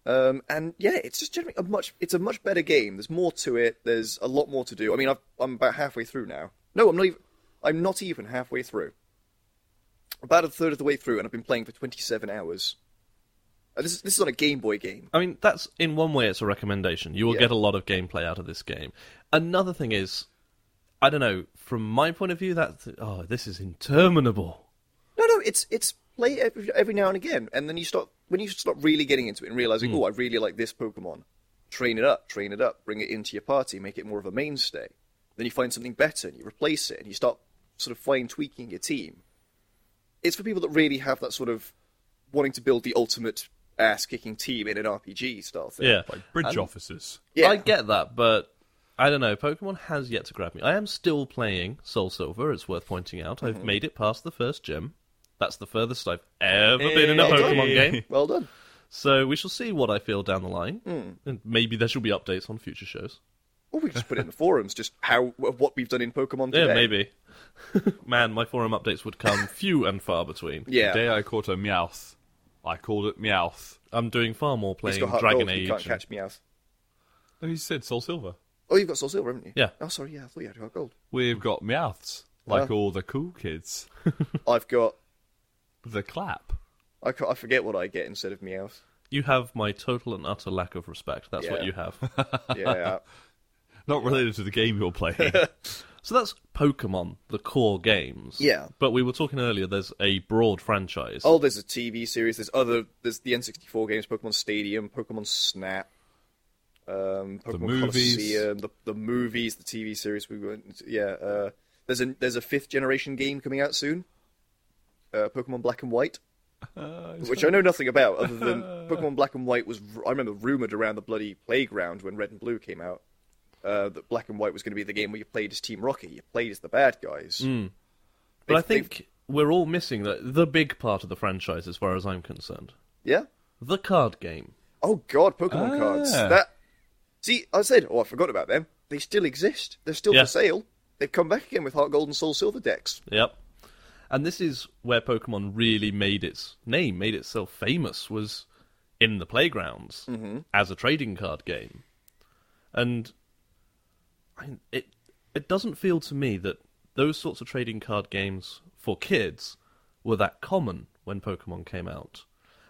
Speaker 1: um, and yeah, it's just generally a much it's a much better game. There's more to it. There's a lot more to do. I mean, I've, I'm about halfway through now. No, I'm not even. I'm not even halfway through. About a third of the way through, and I've been playing for 27 hours. Uh, This is this is on a Game Boy game.
Speaker 2: I mean, that's in one way it's a recommendation. You will
Speaker 1: Yeah.
Speaker 2: get a lot of gameplay out of this game. Another thing is, I don't know. From my point of view, that oh, this is interminable.
Speaker 1: No, no, it's it's play every, every now and again, and then you start when you start really getting into it and realizing,
Speaker 2: Hmm.
Speaker 1: oh, I really like this Pokemon. Train it up, train it up, bring it into your party, make it more of a mainstay. Then you find something better and you replace it, and you start sort of fine tweaking your team. It's for people that really have that sort of wanting to build the ultimate ass kicking team in an RPG style thing.
Speaker 2: Yeah,
Speaker 3: Like bridge officers.
Speaker 1: yeah.
Speaker 2: I get that, but I don't know. Pokemon has yet to grab me. I am still playing Soul Silver. It's worth pointing out. I've
Speaker 1: Mm-hmm.
Speaker 2: made it past the first gym. That's the furthest I've ever been in a
Speaker 1: Hey.
Speaker 2: Pokemon game.
Speaker 1: Well done.
Speaker 2: So we shall see what I feel down the line,
Speaker 1: Hmm.
Speaker 2: and maybe there shall be updates on future shows.
Speaker 1: Or Oh, we just put it in the forums, just how what we've done in Pokemon
Speaker 2: Yeah,
Speaker 1: today.
Speaker 2: maybe. Man, my forum updates would come few and far between.
Speaker 1: Yeah.
Speaker 3: The day I caught a Meowth, I called it Meowth.
Speaker 2: I'm doing far more
Speaker 1: He's
Speaker 2: playing
Speaker 1: got hot
Speaker 2: Dragon
Speaker 1: gold,
Speaker 2: Age.
Speaker 1: You can't
Speaker 2: and-
Speaker 1: catch Meowth.
Speaker 3: No, he said Soul Silver.
Speaker 1: Oh, you've got Soul Silver, haven't you?
Speaker 2: Yeah.
Speaker 1: Oh, sorry, yeah, I thought you had Hot Gold.
Speaker 3: We've got Meowths, like
Speaker 1: Yeah.
Speaker 3: all the cool kids.
Speaker 1: I've got.
Speaker 3: The clap.
Speaker 1: I, ca- I forget what I get instead of Meowth.
Speaker 2: You have my total and utter lack of respect. That's what
Speaker 1: Yeah.
Speaker 2: you have.
Speaker 1: Yeah.
Speaker 3: Not related to the game you're playing.
Speaker 2: so that's Pokemon, the core games.
Speaker 1: Yeah.
Speaker 2: But we were talking earlier. There's a broad franchise.
Speaker 1: oh, there's a TV series. There's other. There's the N64 games, Pokemon Stadium, Pokemon Snap, um, Pokemon
Speaker 3: movies.
Speaker 1: Colosseum, the, the movies, the TV series. We went. into- Yeah. Uh, there's a there's a fifth generation game coming out soon. Uh, Pokemon Black and White,
Speaker 3: Uh, it's-
Speaker 1: which I know nothing about, other than Pokemon Black and White was. r- I remember rumored around the bloody playground when Red and Blue came out. Uh, that Black and White was going to be the game where you played as Team Rocket, you played as the bad guys.
Speaker 2: but I
Speaker 1: they've- they've-
Speaker 2: think we're all missing the, the big part of the franchise, as far as I'm concerned.
Speaker 1: Yeah,
Speaker 2: The card game.
Speaker 1: Oh God, Pokemon
Speaker 3: Ah.
Speaker 1: cards. That see, I said, oh, I forgot about them. They still exist. They're still
Speaker 2: Yeah.
Speaker 1: for sale. They've come back again with Heart Gold and Soul Silver decks.
Speaker 2: Yep. And this is where Pokemon really made its name, made itself famous, was in the playgrounds as a trading card game. And I, it it doesn't feel to me that those sorts of trading card games for kids were that common when Pokemon came out.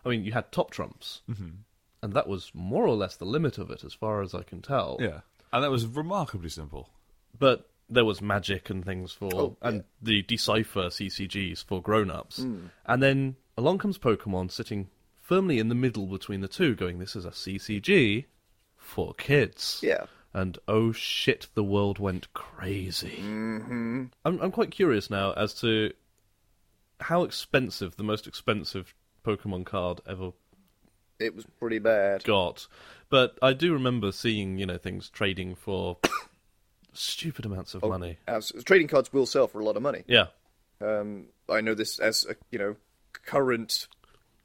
Speaker 2: I mean, you had Top Trumps, and that was more or less the limit of it, as far as I can tell.
Speaker 3: yeah. And that was remarkably simple.
Speaker 2: But there was magic and things for,
Speaker 1: Oh, yeah. Hmm.
Speaker 2: and the decipher CCGs for grown-ups, and then along comes Pokemon, sitting firmly in the middle between the two, going, "This is a CCG for kids."
Speaker 1: Yeah.
Speaker 2: And oh shit, the world went crazy.
Speaker 1: Mm-hmm.
Speaker 2: I'm, I'm quite curious now as to how expensive the most expensive Pokemon card ever
Speaker 1: It was pretty bad.
Speaker 2: got. But I do remember seeing, you know, things trading for stupid amounts of
Speaker 1: Oh.
Speaker 2: money.
Speaker 1: As, trading cards will sell for a lot of money.
Speaker 2: Yeah.
Speaker 1: Um, I know this as a you know current.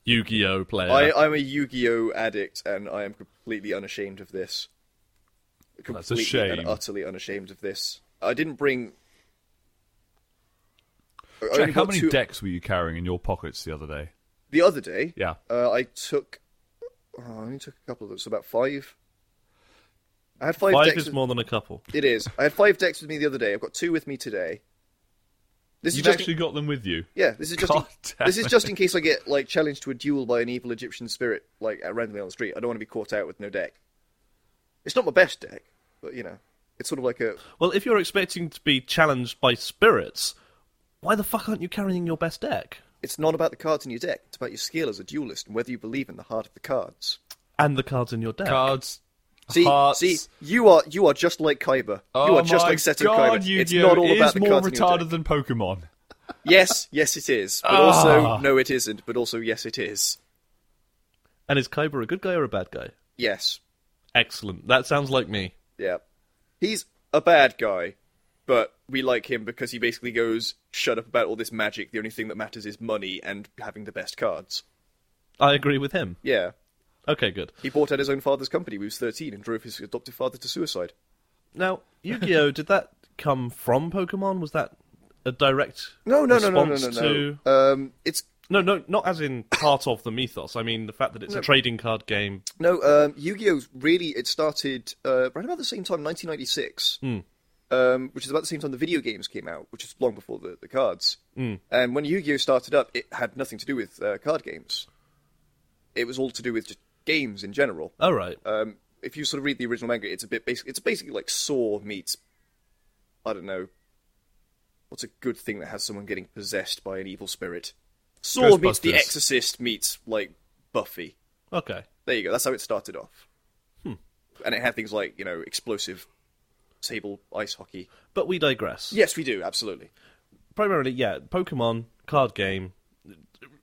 Speaker 2: Yu-Gi-Oh player.
Speaker 1: I, I'm a Yu-Gi-Oh addict, and I am completely unashamed of this.
Speaker 3: That's a
Speaker 1: Completely
Speaker 3: shame.
Speaker 1: And utterly unashamed of this. I didn't bring. I only
Speaker 3: Jack, how
Speaker 1: got
Speaker 3: many
Speaker 1: two-
Speaker 3: decks were you carrying in your pockets the other day?
Speaker 1: The other day,
Speaker 3: Yeah.
Speaker 1: Uh, I took. Oh, I only took a couple of those, about five. I had five,
Speaker 2: Five
Speaker 1: decks.
Speaker 2: is
Speaker 1: with-
Speaker 2: more than a couple.
Speaker 1: It is. I had five decks with me the other day. I've got two with me today. This
Speaker 3: You've
Speaker 1: is just
Speaker 3: actually
Speaker 1: in-
Speaker 3: got them with you.
Speaker 1: yeah. This is just
Speaker 3: God
Speaker 1: in,
Speaker 3: damn
Speaker 1: this is just in case I get like challenged to a duel by an evil Egyptian spirit like at randomly on the street. I don't want to be caught out with no deck. It's not my best deck, but you know, it's sort of like a
Speaker 2: Well, if you're expecting to be challenged by spirits, why the fuck aren't you carrying your best deck?
Speaker 1: it's not about the cards in your deck. It's about your skill as a duelist and whether you believe in the heart of the cards.
Speaker 2: And the cards in your deck.
Speaker 3: Cards.
Speaker 1: See,
Speaker 3: hearts.
Speaker 1: see, you are you are just like Kyber.
Speaker 3: Oh
Speaker 1: you are just
Speaker 3: my
Speaker 1: like Seto
Speaker 3: God,
Speaker 1: Kaiba.
Speaker 3: Yu-Gi-Oh!
Speaker 1: It's not all
Speaker 3: It
Speaker 1: about
Speaker 3: is
Speaker 1: the
Speaker 3: more
Speaker 1: cards in your deck.
Speaker 3: retarded than Ah. Pokemon.
Speaker 1: Yes, yes, it is. But also, no, it isn't. But also, yes, it is.
Speaker 2: And is Kyber a good guy or a bad guy?
Speaker 1: Yes,
Speaker 2: Excellent. That sounds like me.
Speaker 1: yeah. He's a bad guy, but we like him because he basically goes, "Shut up about all this magic. The only thing that matters is money and having the best cards."
Speaker 2: I agree with him.
Speaker 1: Yeah,
Speaker 2: Okay, good.
Speaker 1: he bought out his own father's company. when He was thirteen and drove his adoptive father to suicide.
Speaker 2: Now, Yu-Gi-Oh, did that come from Pokemon? Was that a direct
Speaker 1: No, no, no, no, no,
Speaker 2: response
Speaker 1: no,
Speaker 2: to
Speaker 1: no. Um, it's
Speaker 2: no, no, not as in part of the mythos. I mean the fact that it's a trading card game.
Speaker 1: No, um, Yu-Gi-Oh! really, it started uh, right about the same time, 1996, um, which is about the same time the video games came out, which is long before the, the cards. Mm. And when Yu-Gi-Oh! started up, it had nothing to do with uh, card games. It was all to do with just games in general.
Speaker 2: All right,
Speaker 1: Um, if you sort of read the original manga, it's a bit basic. It's basically like Saw meets, I don't know, what's a good thing that has someone getting possessed by an evil spirit? Saw meets The
Speaker 3: Ghostbusters.
Speaker 1: Exorcist meets like Buffy.
Speaker 2: okay.
Speaker 1: There you go. That's how it started off.
Speaker 2: Hmm.
Speaker 1: And it had things like, you know, explosive table ice hockey.
Speaker 2: But we digress.
Speaker 1: Yes, we do, absolutely.
Speaker 2: Primarily, yeah, Pokemon card game,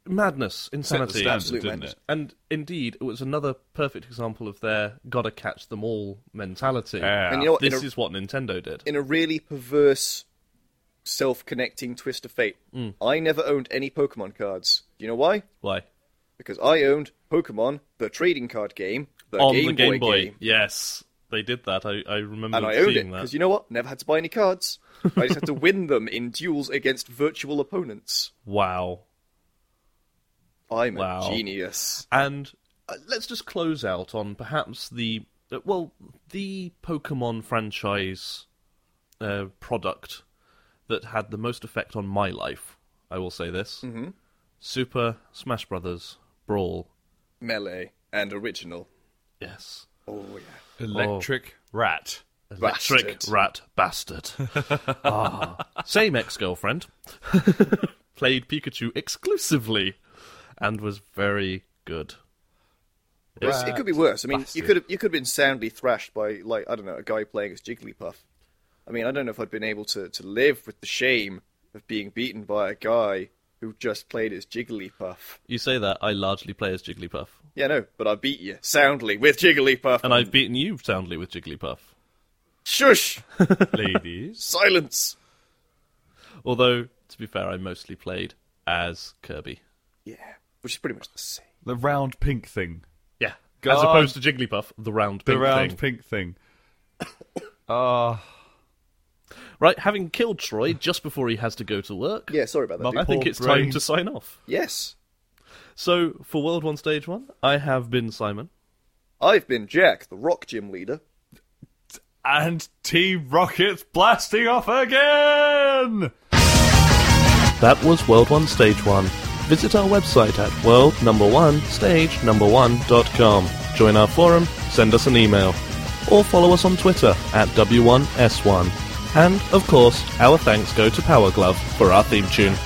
Speaker 2: madness,
Speaker 3: Set the
Speaker 2: insanity,
Speaker 3: standard,
Speaker 1: absolute
Speaker 3: didn't
Speaker 1: madness.
Speaker 3: it?
Speaker 2: and indeed, it was another perfect example of their "gotta catch them all" mentality.
Speaker 3: Yeah.
Speaker 1: And you know what? In
Speaker 2: This
Speaker 1: a,
Speaker 2: is what Nintendo did.
Speaker 1: in a really perverse, self connecting twist of fate,
Speaker 2: Hmm.
Speaker 1: I never owned any Pokemon cards. Do you know why?
Speaker 2: Why?
Speaker 1: Because I owned Pokemon, the trading card game, the,
Speaker 2: On
Speaker 1: game,
Speaker 2: the Game
Speaker 1: Boy,
Speaker 2: Boy.
Speaker 1: game.
Speaker 2: Yes, they did that. I, I remember
Speaker 1: And I owned it
Speaker 2: seeing
Speaker 1: because
Speaker 2: that.
Speaker 1: you know what? Never had to buy any cards. I just had to win them in duels against virtual opponents.
Speaker 2: Wow.
Speaker 1: I'm
Speaker 2: Wow.
Speaker 1: a genius.
Speaker 2: And uh, let's just close out on perhaps the uh, well, the Pokemon franchise uh, product that had the most effect on my life. I will say this: mm-hmm. Super Smash Brothers Brawl.
Speaker 1: Melee and original.
Speaker 2: Yes,
Speaker 1: Oh, yeah.
Speaker 3: Electric
Speaker 1: Oh.
Speaker 3: Rat.
Speaker 2: electric
Speaker 1: Bastard.
Speaker 2: rat bastard. ah, same ex-girlfriend played Pikachu exclusively, and was very good.
Speaker 1: It was- it could be worse. I mean, you could have you could have been soundly thrashed by like I don't know a guy playing as Jigglypuff. I mean, I don't know if I'd been able to, to live with the shame of being beaten by a guy who just played as Jigglypuff.
Speaker 2: You say that I largely play as Jigglypuff,
Speaker 1: Yeah, no, but I beat you soundly with Jigglypuff.
Speaker 2: and I've beaten you soundly with Jigglypuff.
Speaker 1: shush
Speaker 3: Ladies.
Speaker 1: silence.
Speaker 2: Although, to be fair, I mostly played as Kirby.
Speaker 1: Yeah, which is pretty much the same.
Speaker 3: The round pink thing.
Speaker 2: Yeah, as
Speaker 3: God.
Speaker 2: opposed to Jigglypuff, the round
Speaker 3: The
Speaker 2: pink
Speaker 3: round
Speaker 2: thing.
Speaker 3: pink thing. Ah,
Speaker 2: Right, having killed Troy just before he has to go to work,
Speaker 1: Yeah, sorry about that.
Speaker 2: I
Speaker 1: dude.
Speaker 2: think
Speaker 3: Poor
Speaker 2: it's time
Speaker 3: brain.
Speaker 2: to sign off.
Speaker 1: Yes,
Speaker 2: So, for World One Stage One, I have been Simon.
Speaker 1: I've been Jack, the rock gym leader.
Speaker 3: and Team Rocket's blasting off again!
Speaker 2: That was World 1 Stage 1. Visit our website at world number one stage number one dot com. Join our forum, send us an email, or follow us on Twitter at W1S1. And, of course, our thanks go to Power Glove for our theme tune.